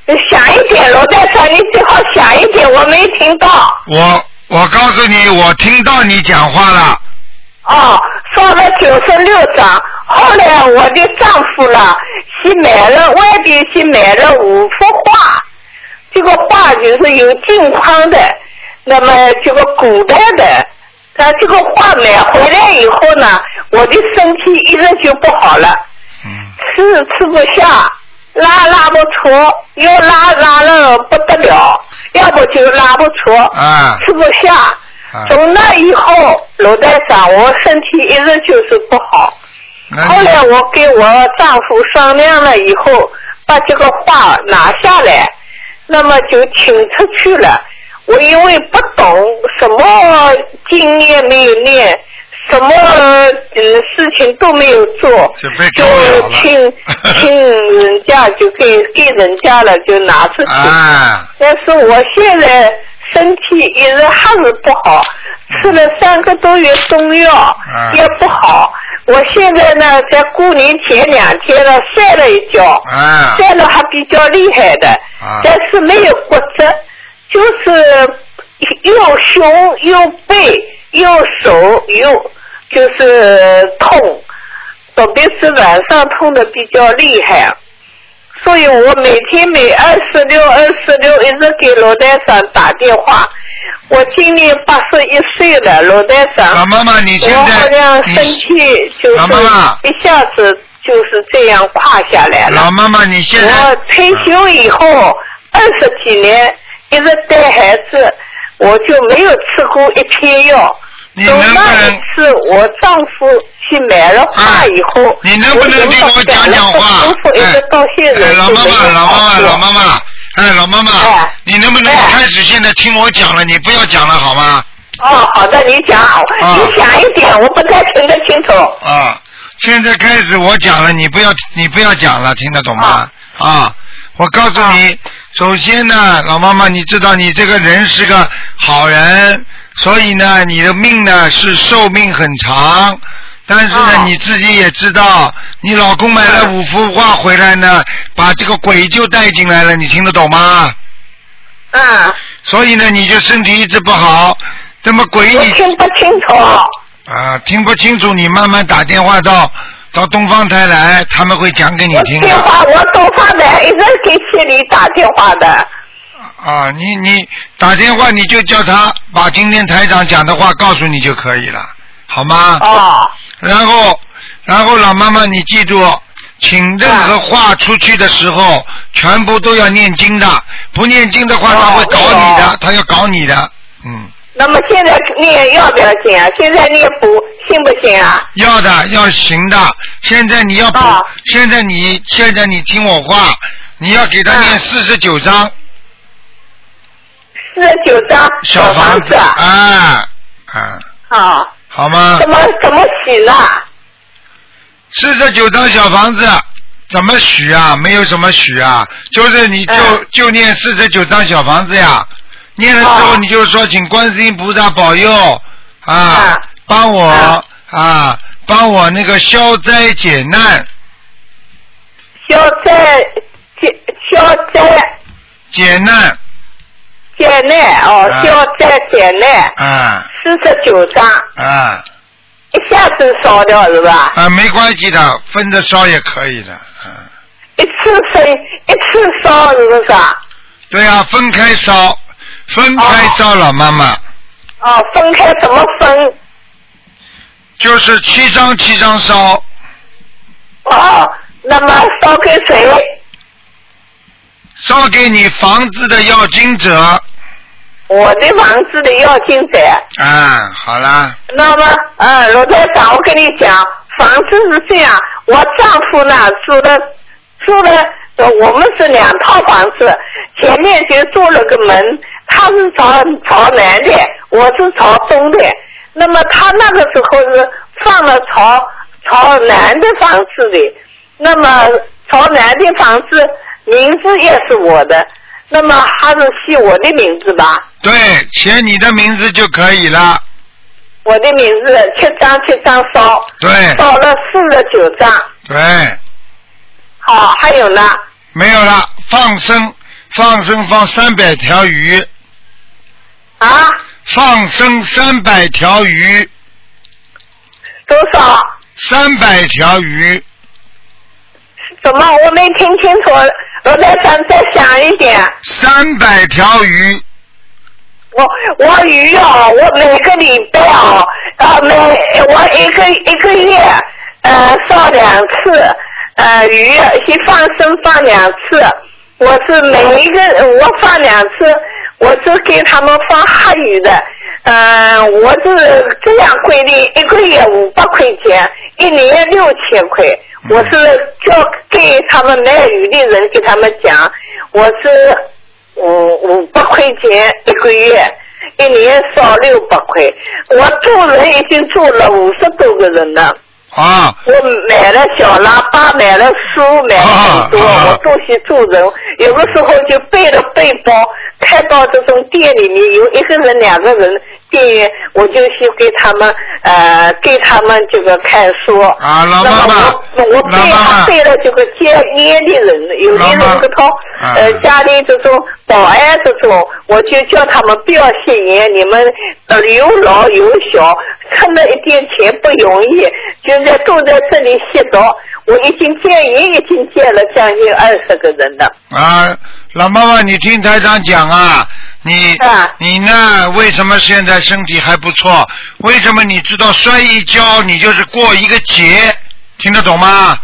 你响一点，罗大长，你最好响一点，我没听到。我我告诉你，我听到你讲话了，哦，烧了九十六张，后来我的丈夫呢，去买了外边去买了五幅画，这个画就是有镜框的，那么这个古代的。那这个画买回来以后呢，我的身体一直就不好了。嗯吃吃不下，拉拉不出，要拉拉了不得了，要不就拉不出，啊吃不下。啊，从那以后，罗队长，我身体一直就是不好。那后你来我跟我丈夫商量了以后，把这个画拿下来，那么就请出去了。我因为不懂什么经验没有念，什么呃事情都没有做，就就被狗咬了 *laughs* 请请人家就给给人家了，就拿出去。啊但是我现在身体一直还是不好，吃了三个多月中药嗯也不好。我现在呢，在过年前两天呢摔了一跤，啊摔了还比较厉害的，啊但是没有骨折，就是又胸又背又手又就是痛，特别是晚上痛的比较厉害。啊所以我每天每二十六、二十六一直给罗台长打电话。我今年八十一岁了，罗台长。老啊妈妈，你现我好在像你身体就是老妈妈一下子就是这样垮下来了老。妈妈，你现在我退休以后二十几年一直带孩子，我就没有吃过一片药。你从能不那一能次我丈夫去买了花以后，啊你能不能给我讲讲话？我人不舒服，一直到现在哎，老就哦妈没妈，有老好妈妈，老妈妈，哎，老妈妈哎，你能不能哎开始现在听我讲了？你不要讲了好吗？哦，好的，你讲，你讲一点，我不太听得清楚。啊，现在开始我讲了，你不要你不要讲了，听得懂吗？啊，我告诉你，首先呢，老妈妈，你知道你这个人是个好人，所以呢，你的命呢是寿命很长。但是啊呢，你自己也知道，你老公买了五幅画回来呢，把这个鬼就带进来了，你听得懂吗？嗯。所以呢，你就身体一直不好，这么鬼我你听不清楚。啊听不清楚，你慢慢打电话到到东方台来，他们会讲给你听的。电话我东方的一直给县里打电话的。啊，你你打电话你就叫他把今天台长讲的话告诉你就可以了，好吗？哦。然后，然后老妈妈你记住，请任何话出去的时候，全部都要念经的，不念经的话他会搞你的，他要搞你的，嗯，那么现在念要不要信啊？现在念不信不信啊？要的要行的。现在你要补，现在你现在你听我话，你要给他念四十九章四十九张小房子，啊啊，啊，好吗？怎么怎么许呢？四十九张小房子，怎么许啊？没有什么许啊，就是你就、嗯就念四十九张小房子呀。念了之后，哦你就说请观世音菩萨保佑啊，嗯帮我啊帮我那个消灾解难，消灾解消灾解难解难哦，啊消灾解难啊四十九张，啊一下子烧掉是吧？啊，没关系的，分着烧也可以的，啊，一次分一次烧是不是啊？对呀、分开烧，分开烧，老妈妈哦，分开怎么分？就是七张七张烧，哦，那么烧给谁？烧给你房子的要经者。我的房子的要经者。啊，好啦，那么，呃，罗台长，我跟你讲，房子是这样，我丈夫呢住了住了、呃我们是两套房子，前面就做了个门，他是朝朝南的，我是朝东的。那么他那个时候是放了朝朝南的房子里，那么朝南的房子名字也是我的，那么还是写我的名字吧，对，写你的名字就可以了。我的名字七张七张烧。对到了四十九张，对，好，还有呢，没有了，放生，放生放三百条鱼。啊？放生三百条鱼。多少？三百条鱼，怎么我没听清楚？罗台长再响一点。三百条鱼。我我鱼哦，我每个礼拜哦，啊每我一个一个月呃烧两次，呃鱼去放生放两次，我是每一个我放两次，我是给他们放黑鱼的，呃我是这样规定，一个月五百块钱，一年六千块，我是叫给他们卖鱼的人给他们讲，我是五五百块钱一个月，一年烧六百块。我助人已经助了五十多个人了。啊！我买了小喇叭，买了书，买了很啊多，我都去助人。有的时候就背了背包，开到这种店里面，有一个人、两个人，店员我就去给他们呃，给他们这个看书。啊，老那妈么妈，我我背他背了这个接烟的人，有的人这套啊呃家里这种保安这种，我就叫他们不要吸烟，你们呃有老有小，趁了一点钱不容易，现在都在这里吸毒。我已经戒烟，已经戒了将近二十个人了。啊，老妈妈，你听台长讲啊，你、你呢？为什么现在身体还不错？为什么你知道摔一跤你就是过一个节？听得懂吗？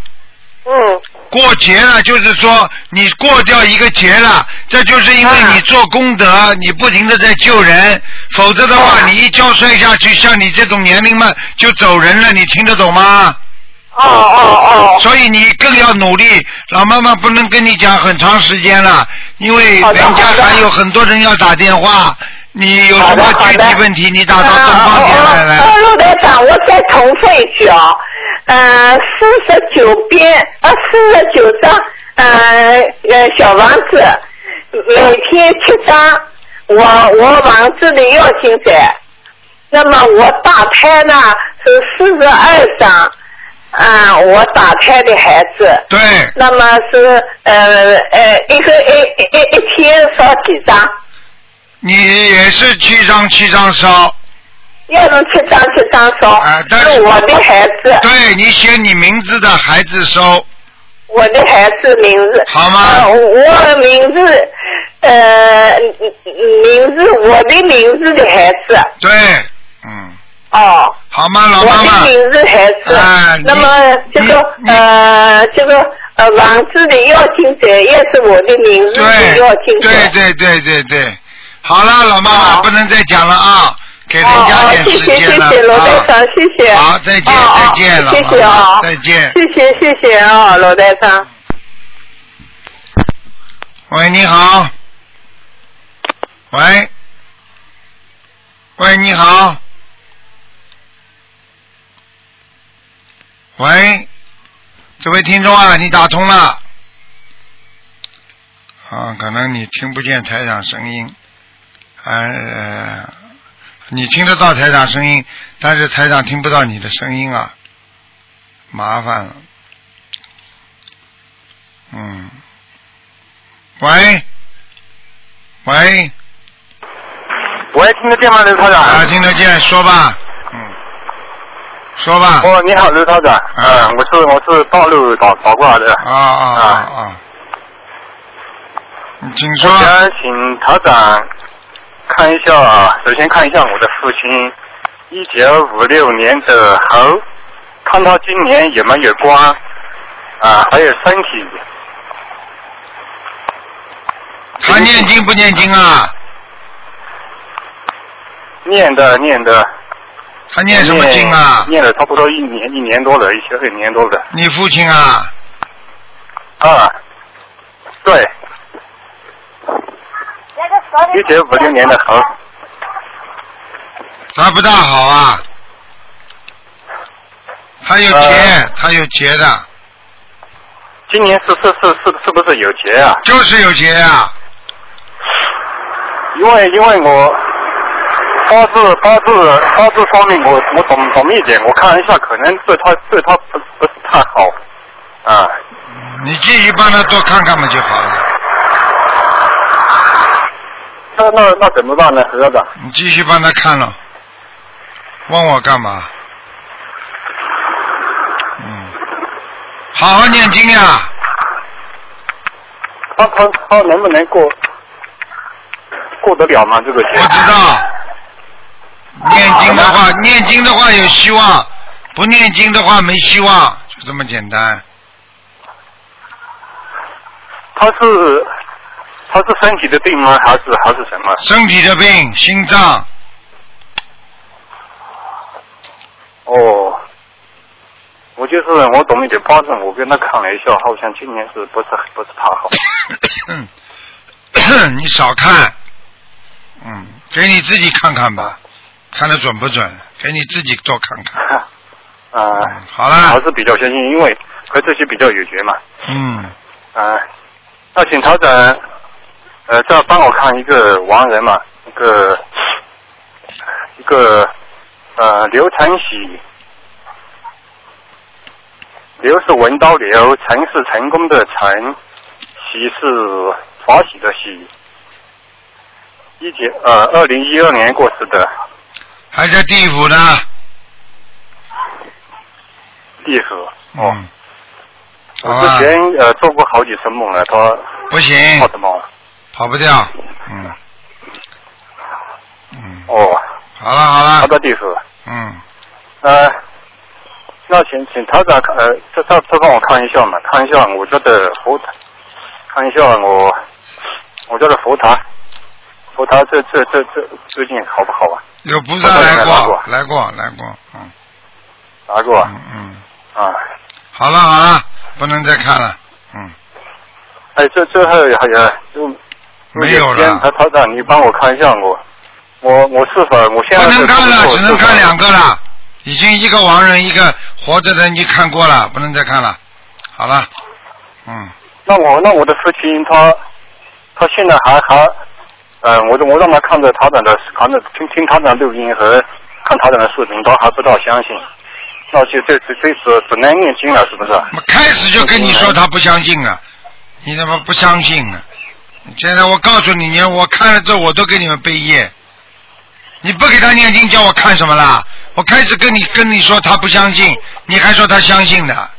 嗯。过节了，就是说你过掉一个节了，这就是因为你做功德，你不停的在救人，否则的话，你一跤摔下去，像你这种年龄嘛，就走人了。你听得懂吗？哦哦哦！所以你更要努力，老妈妈不能跟你讲很长时间了，因为人家还有很多人要打电话。你有什么具体问题，你打到东方电台来。呃，陆台长，我再重复一句啊、呃，四啊十九边，呃，四十九张，呃呃，小房子，每天七张，我我往这里要进展。那么我打胎呢是四十二张，啊，我打胎的孩子。对，那么是呃呃一个一一一一天烧几张？你也是七张七张烧，要弄七张七张烧。啊但是是我的孩子，对你写你名字的孩子收，我的孩子名字。好啊，吗？我我名字，呃，名字我的名字的孩子，对，嗯，哦，好吗，老我妈妈的？名字孩子。啊你那么这个你呃，这个呃，王子的要进者也是我的名字的对要进者。对对对对对，好了，老妈妈好不能再讲了啊，给人哦家哦，点谢时谢谢间了谢罗台啊。长，谢谢。好，再见哦再哦见，老谢谢妈啊妈，，再见谢。谢谢谢啊，罗台长。喂，你好。喂，喂，你好。喂，这位听众啊，你打通了。啊，可能你听不见台长声音，哎呃，你听得到台长声音，但是台长听不到你的声音啊，麻烦了。嗯。喂，喂，喂，听得见吗，刘台长？啊，听得见，说吧，嗯，说吧，哦，你好，刘台长。啊嗯，我是我是道路倒倒挂的。啊啊啊啊，你请说我，想请台长看一下啊，首先看一下我的父亲，一九五六年的猴，看他今年有没有光啊，还有身体。他念经不念经啊？念的念的，他念什么经啊？念了差不多一年一年多了，一小一年多了你父亲啊？啊。对，一九五六年的猴，他不大好啊，他有劫呃，他有劫的，今年是是是是是不是有劫啊？就是有劫啊，因为因为我八字八字八字方面我我懂懂一点，我看一下可能对他对他不不是太好啊。你继续帮他多看看嘛就好了，那那那怎么办呢，何校长？你继续帮他看了，问我干嘛？嗯，好好念经呀、他他他能不能过过得了吗？这个节我知道。念经的话，念经的话有希望，不念经的话没希望，就这么简单。 *coughs* 他是他是身体的病吗？还是还是什么？身体的病，心脏，哦。我就是我懂一点八字，我跟他看了一下，好像今年是不是不是太好。你少看，嗯，给你自己看看吧，看得准不准？给你自己多 *laughs* 看看。啊、嗯好还啦，是比较相信，因为和这些比较有缘嘛。嗯，啊，那请曹长，呃，再帮我看一个亡人嘛，一个一个呃刘晨喜，刘是文刀刘，陈是成功的陈，喜是法喜的喜，一九呃二零一二年过世的还在地府呢。地府。哦嗯，好我之吧，前呃做过好几次梦了，他啊嗯不行，做的梦。跑不掉。嗯，嗯，哦，好了好他了，的地府。嗯，呃，那请请台长看呃，再再再帮我看一下嘛，看一下我家的佛台，看一下我我家的佛台，佛台这这这这最近好不好啊？有菩萨来来过过，来过来过，嗯。拿过啊嗯，嗯，啊好了好了，不能再看了，嗯，哎，这最后还有就没有了台，台长，你帮我看一下我，我我是否我现在不能看了，只能看两个。个了，已经一个亡人，一个活着的，你看过了，不能再看了，好了，嗯，那我那我的父亲他他现在还还，嗯、我我让他看着台长的，看着听听台长的录音和看台长的视频，他还不大相信。那就这这这次只能念经了，是不是？开始就跟你说他不相信了，你怎么不相信呢？现在我告诉你，你我看了之后我都给你们背业，你不给他念经叫我看什么啦？我开始跟你跟你说他不相信，你还说他相信的，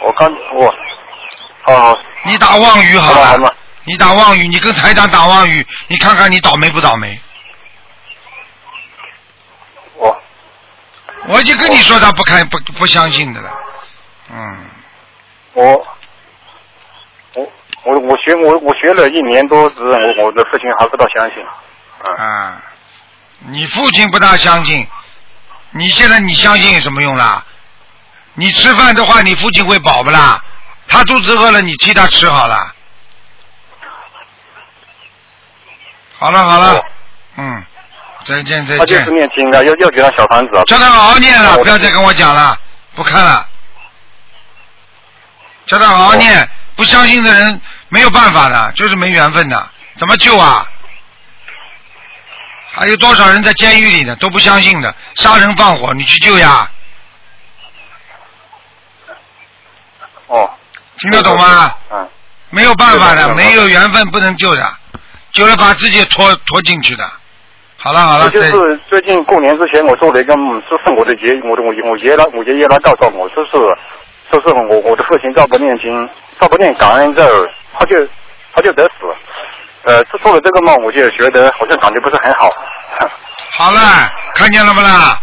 我刚我，哦，你打妄语好好了，吧你打妄语，你跟台长打妄语，你看看你倒霉不倒霉？我，我已经跟你说他不开不不相信的了，嗯。我我我我学我我学了一年多，只是我我的父亲还不大相信。嗯啊，你父亲不大相信，你现在你相信有什么用啦？你吃饭的话，你父亲会饱不啦？他肚子饿了，你替他吃好了。好了好了，嗯，再见再哦他就见是，念经啊，要要给他小房子啊。叫他好好念了，我不要再跟我讲了，不看了。叫他好好念，不相信的人没有办法的，就是没缘分的，怎么救啊？还有多少人在监狱里呢，都不相信的，杀人放火，你去救呀？哦，听得懂吗？嗯，没有办法对的，的没有缘分不能救的，救了把自己拖拖进去的。好了好我了，就再是最近过年之前，我做了一个梦，就是我的爷，我的我我爷爷来，我爷爷来告诉我，就是就是我我的父亲照不念经，照不念感恩咒，他就他就得死。呃，做做了这个梦，我就觉得好像感觉不是很好。好了，看见了不啦？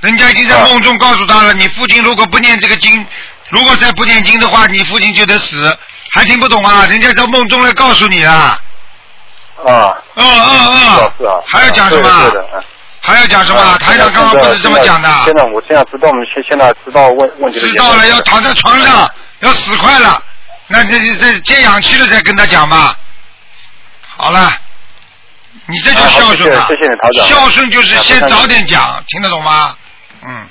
人家已经在梦中告诉他了，你父亲如果不念这个经，如果再不念经的话，你父亲就得死。还听不懂啊？人家在梦中来告诉你了。啊，嗯嗯是啊嗯，，还要讲什对的么？对的嗯还要讲什么？啊台长刚刚不是这么现讲的。在我现在知道，我们现现在知道问问题的知严重道了，性要躺在床上，要死快了。那这这这接氧气了再跟他讲吧。好了，你这就啊好孝顺了。谢谢谢谢台长孝顺就是啊先非常早点讲，听得懂吗？嗯。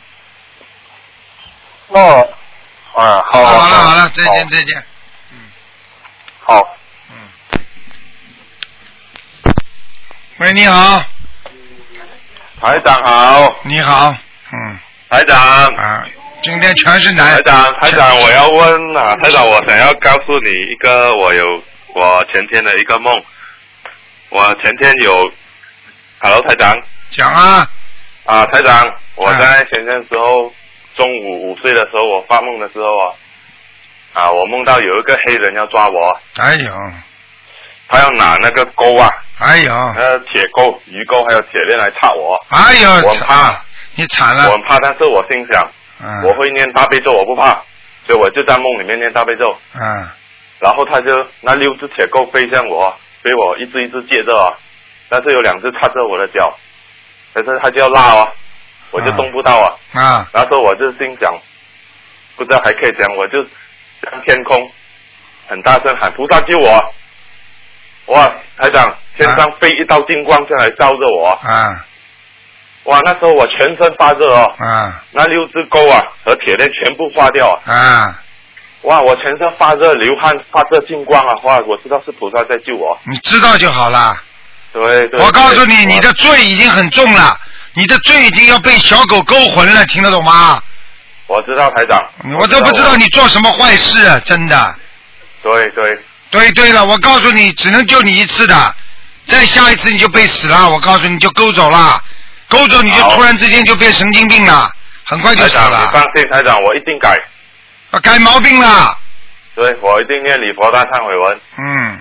那，啊，好，哦好了好了，再见再见。嗯好。喂，你好，台长好，你好，嗯台长，啊，今天全是男台，长，台长，我要问啊，嗯台长，我想要告诉你一个我有我前天的一个梦，我前天有，Hello，台长，讲啊，啊，台长，我在前天的时候，中午午睡的时候，我发梦的时候啊，啊，我梦到有一个黑人要抓我，哎呦，他要拿那个钩啊，哎呦，那个铁钩、鱼钩还有铁链来插我，哎呦，我很怕，你惨我了很，怕，但是我心想。嗯，我会念大悲咒，我不怕，所以我就在梦里面念大悲咒，嗯，然后他就那六只铁钩飞向我，所以我一只一只接着啊，但是有两只插着我的脚，但是他就要拉啊，我就动不到啊，啊，那时候我就心想，不知道还可以讲，我就向天空很大声喊菩萨救我，哇，台长，天上飞一道金光下来照着我，啊，哇，那时候我全身发热哦，啊，那六只钩啊和铁链全部化掉啊。啊，哇！我全身发热、流汗、发射金光啊！哇！我知道是菩萨在救我。你知道就好了。对对。我告诉你，对你的罪已经很重了，你的罪已经要被小狗勾魂了，听得懂吗？我我知道台长。我都不知道你做什么坏事啊，真的。我。对对，对对了，我告诉你，只能救你一次的，再下一次你就被死了。我告诉你就勾走了，勾走你就好突然之间就变神经病了，很快就台死长，你了，放心，台长，我一定改。啊改毛病了。对，我一定念礼佛大忏悔文。嗯，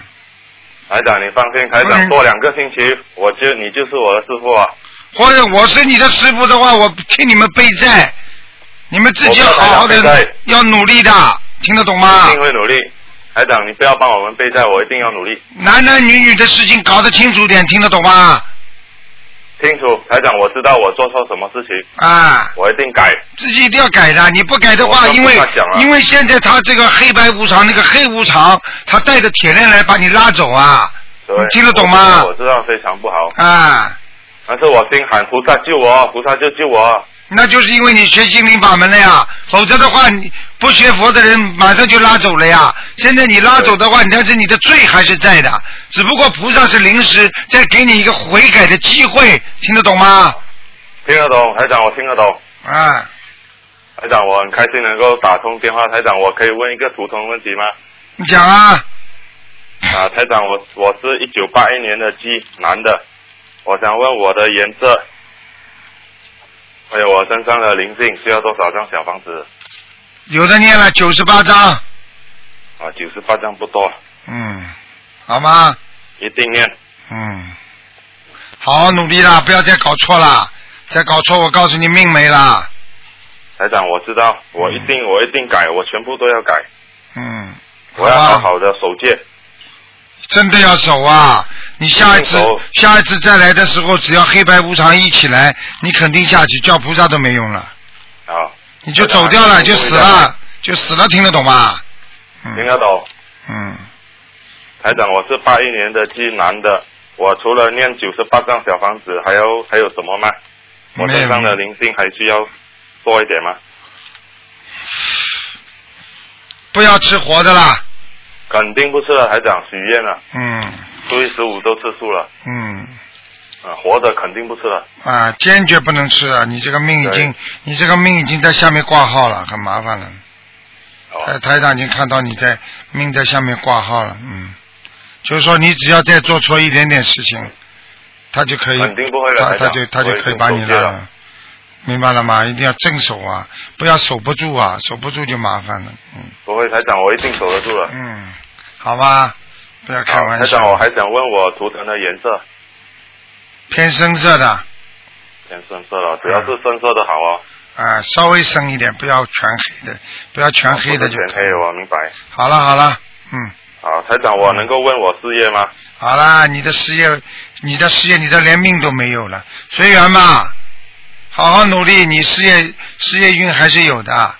台长，你放心，台不是长，多两个星期，我就你就是我的师傅啊！或者我是你的师傅的话，我替你们背债，你们自己要我不好知道嗯好背的债，要努力的，听得懂吗一？定会努力。台长，你不要帮我们背债，我一定要努力。男男女女的事情搞得清楚点，听得懂吗？清楚，台长，我知道我做错什么事情，啊，我一定改。自己一定要改的，你不改的话，我都不因为敢讲啊了因为现在他这个黑白无常，那个黑无常，他带着铁链来把你拉走啊，对你听得懂吗我知道我知道非常不好。啊，但是我心喊菩萨救我，菩萨就救我，那就是因为你学心灵法门了呀，否则的话，你不学佛的人马上就拉走了呀。现在你拉走的话，但是你的罪还是在的，只不过菩萨是临时再给你一个悔改的机会，听得懂吗？听得懂，台长，我听得懂。啊，台长，我很开心能够打通电话。台长，我可以问一个普通问 *laughs* 题吗？你讲啊，啊，台长，我我是一九八一年的鸡，男的，我想问我的颜色，还有我身上的灵性需要多少张小房子？有的念了九十八章，啊，九十八张不多，嗯，好吗？一定念。嗯，好好努力啦，不要再搞错啦，再搞错我告诉你命没啦。台长，我知道，我一定，我一定改，我全部都要改，嗯，我要好好的守戒。真的要走啊！你下一次一定走下一次再来的时候，只要黑白无常一起来，你肯定下去，叫菩萨都没用了，啊，你就走掉了，台长就死了，就死了，听得懂吗？听得懂。嗯，台长，我是八一年的鸡男的，我除了念九十八张小房子，还有还有什么吗？我没身有上的灵性还需要多一点吗？不要吃活的啦。肯定不吃了，台长许愿了，嗯初一十五都吃素了，嗯啊，活着肯定不吃了。啊，坚决不能吃啊！你这个命已经，你这个命已经在下面挂号了，很麻烦了。哦台台长已经看到你在命在下面挂号了，嗯，就是说你只要再做错一点点事情，他就可以，肯定不会的他台他长就他就我已经可以把你受戒拉了了，明白了吗？一定要正手啊，不要守不住啊，守不住就麻烦了，嗯，不会，台长，我一定守得住了。嗯，好吧，不要开好，玩台长，我笑，还想问我图腾的颜色，偏深色的偏深色了，只要是深色的好哦，啊，稍微深一点，不要全黑的，不要全 *laughs* 黑哦不的是就全黑，我明白。好了好了，嗯。好，台长，我能够问我事业吗？好啦，你的事业，你的事业，你的连命都没有了，随缘吧，好好努力，你事业事业运还是有的，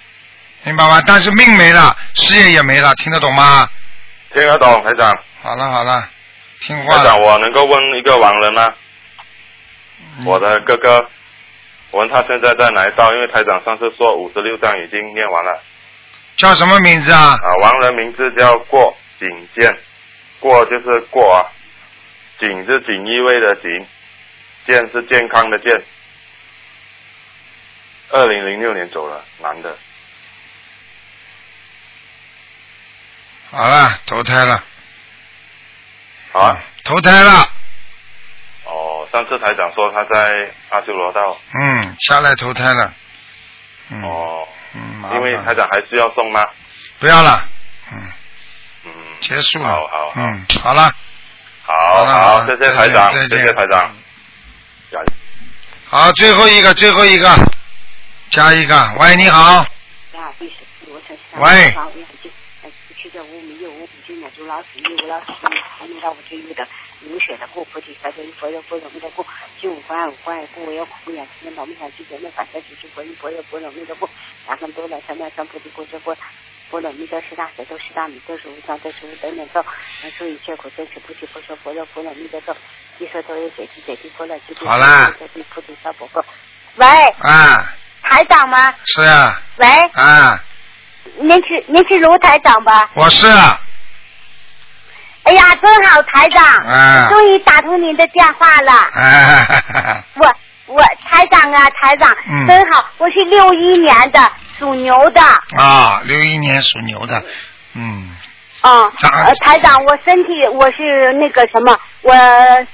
明白吗？但是命没了，事业也没了，听得懂吗？听得懂，台长。好了好了，听话台长，了，我能够问一个亡人吗？哎我的哥哥，我问他现在在哪一道？因为台长上次说五十六章已经念完了。叫什么名字啊？啊，亡人名字叫过景健，过就是过啊，景是锦衣卫的锦，健是健康的健。二零零六年走了，男的。好了，投胎了，嗯好啊，投胎了，哦，上次台长说他在阿修罗道，嗯，下来投胎了，嗯，哦，嗯，麻因为烦台长还需要送吗？不要了，嗯，结束了，好好好嗯，好了，好好好，了谢再谢见台长，再谢见谢台长。感好，最后一个，最后一个，加一个，喂，你好，啊，不是，我才想喂把我眼睛，哎，去掉无名又无五尽呢，就老死又老死，还能让我这一的明显的过菩提萨埵佛又波罗蜜的过，就五关五关过，我要苦眼睛老命想去解那法身，就是佛一佛又波罗蜜的过，打更多了，三藐三菩提过这过。波罗蜜多十大神都十大米都是无上都是无等等咒，能助一切苦真实不取不说波罗波罗蜜多咒，一说都有解地解地波罗解地好啦解地菩提萨婆诃。喂，啊，台长吗？是啊，喂，啊，您是您是卢台长吧？我是 *laughs* 啊，哎呀，真好，台长，啊终于打通您的电话了。哎哈哈哈我我台长啊，台长，嗯真好，我是六一年的，属牛的。啊，六一年属牛 *laughs* 的，嗯，嗯，长呃，台长，我身体我是那个什么，我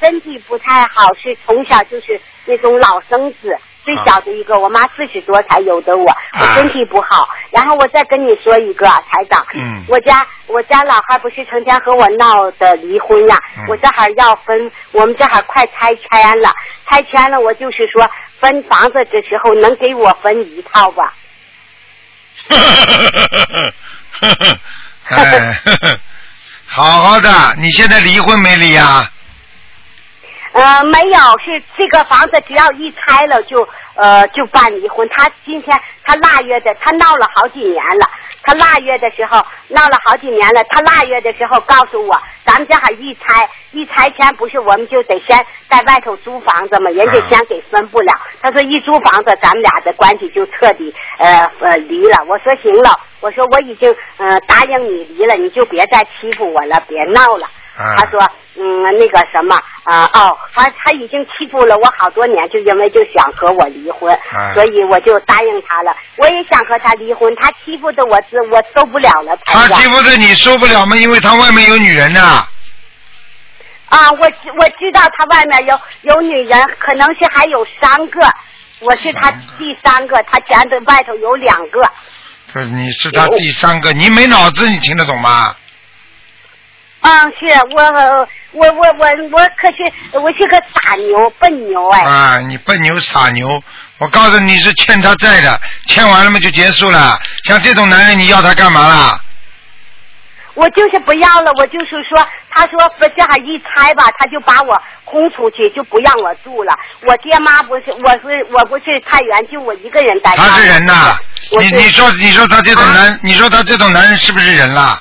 身体不太好，是从小就是那种老生子，最啊小的一个，我妈四十多才有的我，我身体不好。然后我再跟你说一个，啊台长，嗯我家我家老汉不是成天和我闹的离婚呀、嗯我这会儿要分，我们这会儿快拆迁了，拆迁了，我就是说分房子的时候能给我分一套 *laughs* 吧？哎，呵呵好好的，你现在离婚没离啊？呃，没有，是这个房子只要一拆了就呃就办离婚。他今天他腊月的，他闹了好几年了。他腊月的时候闹了好几年了。他腊月的时候告诉我，咱们正好一拆，一拆迁不是我们就得先在外头租房子嘛，人家先给分不了。他说一租房子，咱们俩的关系就彻底呃呃离了。我说行了，我说我已经呃答应你离了，你就别再欺负我了，别闹了。啊他说，嗯，那个什么，啊、哦，他他已经欺负了我好多年，就因为就想和我离婚，啊所以我就答应他了。我也想和他离婚，他欺负的我是我受不了了，他哎台长欺负的你受不了吗？因为他外面有女人呐、啊，我知我知道他外面有有女人，可能是还有三个，我是他第三个，他前头外头有两个。不是，你是他第三个，你没脑子，你听得懂吗？嗯，是我我我我我可是我是个傻牛笨牛哎。啊，你笨牛傻牛！我告诉你是欠他债的，欠完了嘛就结束了。像这种男人，你要他干嘛啦？啊我就是不要了，我就是说，他说不这还一拆吧，他就把我轰出去，就不让我住了。我爹妈不是，我是我不是太原，就我一个人在家。他是人呐！我你是你说你说他这种男，你说他这种男人是不是人啦？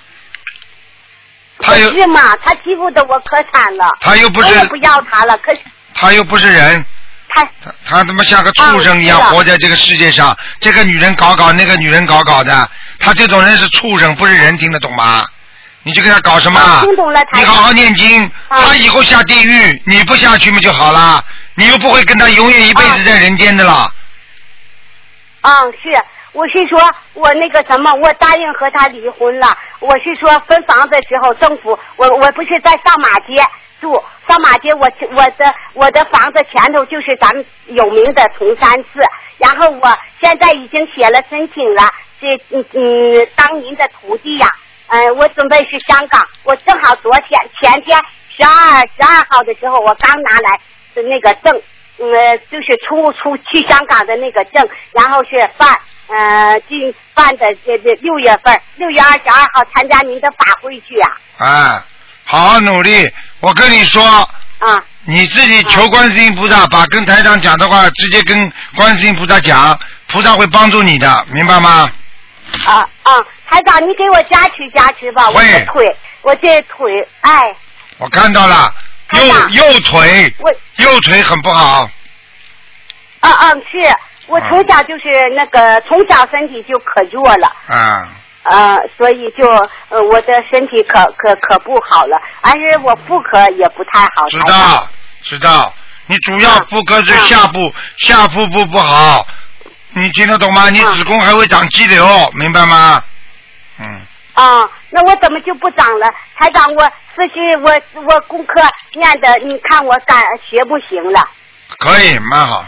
他又是嘛？他欺负的我可惨了。他又不是我也不要他了，可是他又不是人，他他他他妈像个畜生一样啊是啊活在这个世界上，这个女人搞搞，那个女人搞搞的，他这种人是畜生，不是人，听得懂吗？你去给他搞什么？啊听懂了台你长啊好好念经，他以后下地狱，你不下去嘛就好了，你又不会跟他永远一辈子在人间的了。嗯，是，我是说，我那个什么，我答应和他离婚了。我是说，分房的时候，政府，我我不是在上马街住，上马街我我的我的房子前头就是咱们有名的崇山寺，然后我现在已经写了申请了，这嗯嗯，当您的徒弟呀、嗯、我准备去香港，我正好昨天前天十二十二号的时候，我刚拿来的那个证，嗯，就是出出去香港的那个证，然后是办呃进办的这这六月份六月二十二号参加您的法会去啊啊，好好努力。我跟你说，啊你自己求观世音菩萨，把跟台长讲的话直接跟观世音菩萨讲，菩萨会帮助你的，明白吗？啊啊！台长，你给我加持加持吧，我喂这腿我这腿哎我看到了，右右腿，右腿很不好。啊啊是。我嗯从小就是那个，从小身体就可弱了，啊，呃，所以就呃我的身体可可可不好了，而是我妇科也不太好。知台长道知道。你主要妇科是下部、下腹部不好，你听得懂吗？你子宫还会长肌瘤，明白吗？嗯，啊，那我怎么就不长了？台长，我四十，我我功课念的，你看我敢学不行了，可以，蛮好。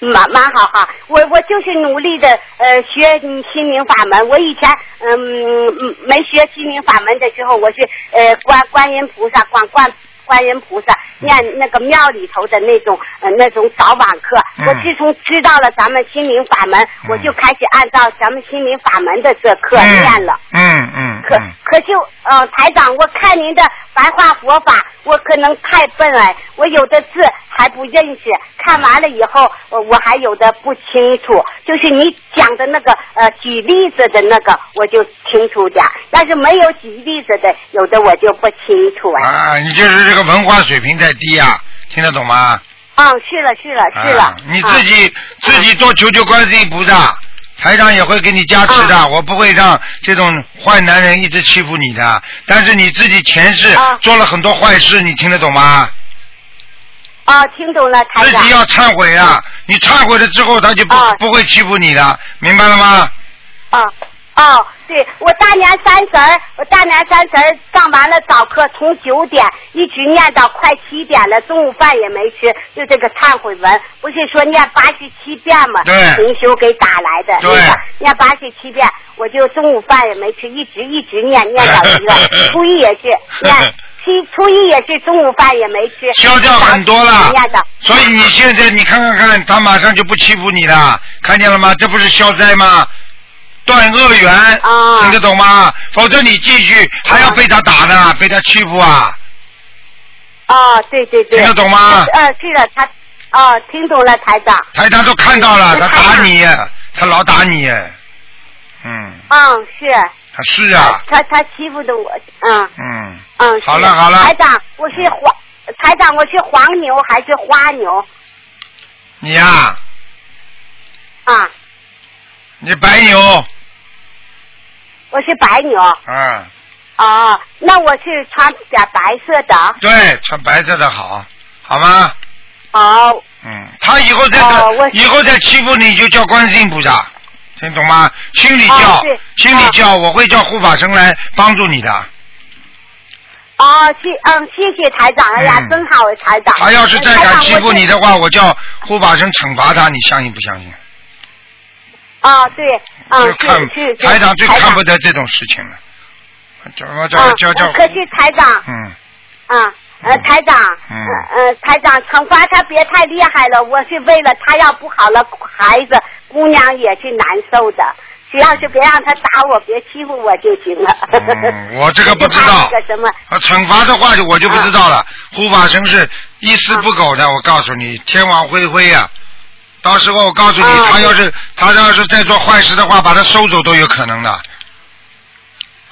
蛮蛮好哈。我我就是努力的呃学你心灵法门。我以前嗯嗯没学心灵法门的时候，我是呃观观音菩萨观观。观音菩萨念那个庙里头的那种呃那种早晚课，嗯我自从知道了咱们心灵法门，我就开始按照咱们心灵法门的这课念了。嗯嗯可可就呃，台长，我看您的白话佛法，我可能太笨了，我有的字还不认识，看完了以后，呃我还有的不清楚。就是你讲的那个呃，举例子的那个，我就清楚点儿；但是没有举例子的，有的我就不清楚哎。啊，你就是这个文化水平太低啊，听得懂吗？嗯，是了，是了，是啊了。、你自己、自己多求求观世音菩萨，台长也会给你加持的。我不会让这种坏男人一直欺负你的。但是你自己前世做了很多坏事，你听得懂吗？哦，听懂了，台自长。己要忏悔啊！你忏悔了之后，他就不、不会欺负你的，明白了吗？啊哦，对，我大年三十儿，我大年三十儿上完了早课，从九点一直念到快七点了，中午饭也没吃，就这个忏悔文，不是说念八十七遍吗？对同修给打来的，对那个念八十七遍，我就中午饭也没吃，一直一直念念到一个 *laughs* 初一也是念。七初一也是中午饭也没吃， *laughs* 消掉很多了念的，所以你现在你看看看，他马上就不欺负你了，看见了吗？这不是消灾吗？断恶缘，听得懂吗？否则你继续还要被他打的，被他欺负啊！哦，对对对，听得懂吗呃，是的，他哦，听懂了，台长。台长都看到了，他打你，他老打你，嗯，嗯，是他是啊，他他欺负的我，嗯嗯，嗯。是好了好了台长，我是黄，台长，我是黄牛还是花牛你呀、啊？你白牛，我是白牛。嗯，哦，那我是穿点白色的。对，穿白色的好，好吗？哦，嗯，他以后再、哦我以后再欺负你就叫观世音菩萨，听懂吗？心里叫，哦对心里叫，我会叫护法神来帮助你的。哦，谢，嗯，谢谢台长。哎呀，嗯真好，台长。嗯他要是再台长敢欺负你的话，我我叫护法神惩罚他，你相信不相信？是。哦，对，嗯，就看是是是。台长最台看不得这种事情了，叫叫嗯叫叫，可是台长，嗯，嗯，呃，台长，嗯呃，呃台长，惩罚他别太厉害了，我是为了他要不好了，孩子姑娘也是难受的，只要是别让他打我，别欺负我就行了。嗯 *laughs* 我这个 *laughs* 不知道就怕那个什么，啊，惩罚的话就我就不知道啊了。护法神是一丝不苟的，我告诉你，天网恢恢呀、到时候我告诉你，啊他要是他要是再做坏事的话，把他收走都有可能的。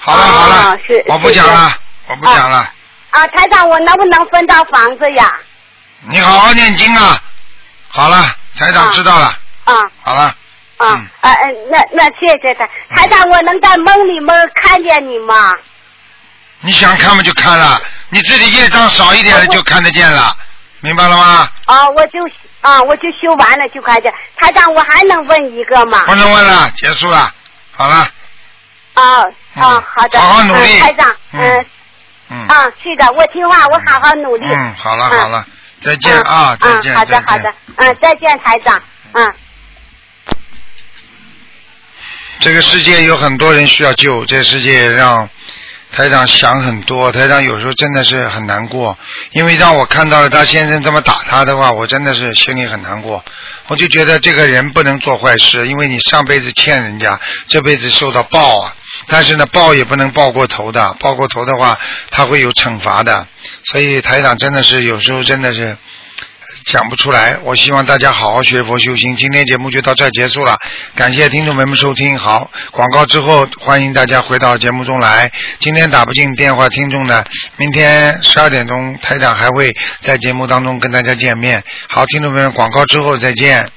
好了好了，啊是我不讲了，我不讲了。啊，台长，我能不能分到房子呀？你好好念经啊！好了，台长知道了，啊好了，啊，呃呃，那那谢谢台嗯台长，我能在梦里梦看见你吗？你想看嘛就看了，你自己业障少一点了就看得见了，明白了吗？啊，我就啊，我就修完了就看见。台长，我还能问一个吗？不能问了，结束了，好了，啊啊，好的，好好努力嗯、台长，嗯嗯嗯啊，是的，我听话，我好好努力。嗯，好了嗯好了，再见嗯啊，再见，嗯，再好的见好的，嗯，再见，台长，嗯这个世界有很多人需要救，这个世界让台长想很多，台长有时候真的是很难过，因为让我看到了他先生这么打他的话，我真的是心里很难过。我就觉得这个人不能做坏事，因为你上辈子欠人家，这辈子受到报啊。但是呢，报也不能报过头的，报过头的话，他会有惩罚的。所以台长真的是有时候真的是讲不出来。我希望大家好好学佛修心。今天节目就到这儿结束了，感谢听众朋友们收听。好，广告之后欢迎大家回到节目中来。今天打不进电话听众呢，明天十二点钟台长还会在节目当中跟大家见面。好，听众朋友们，广告之后再见。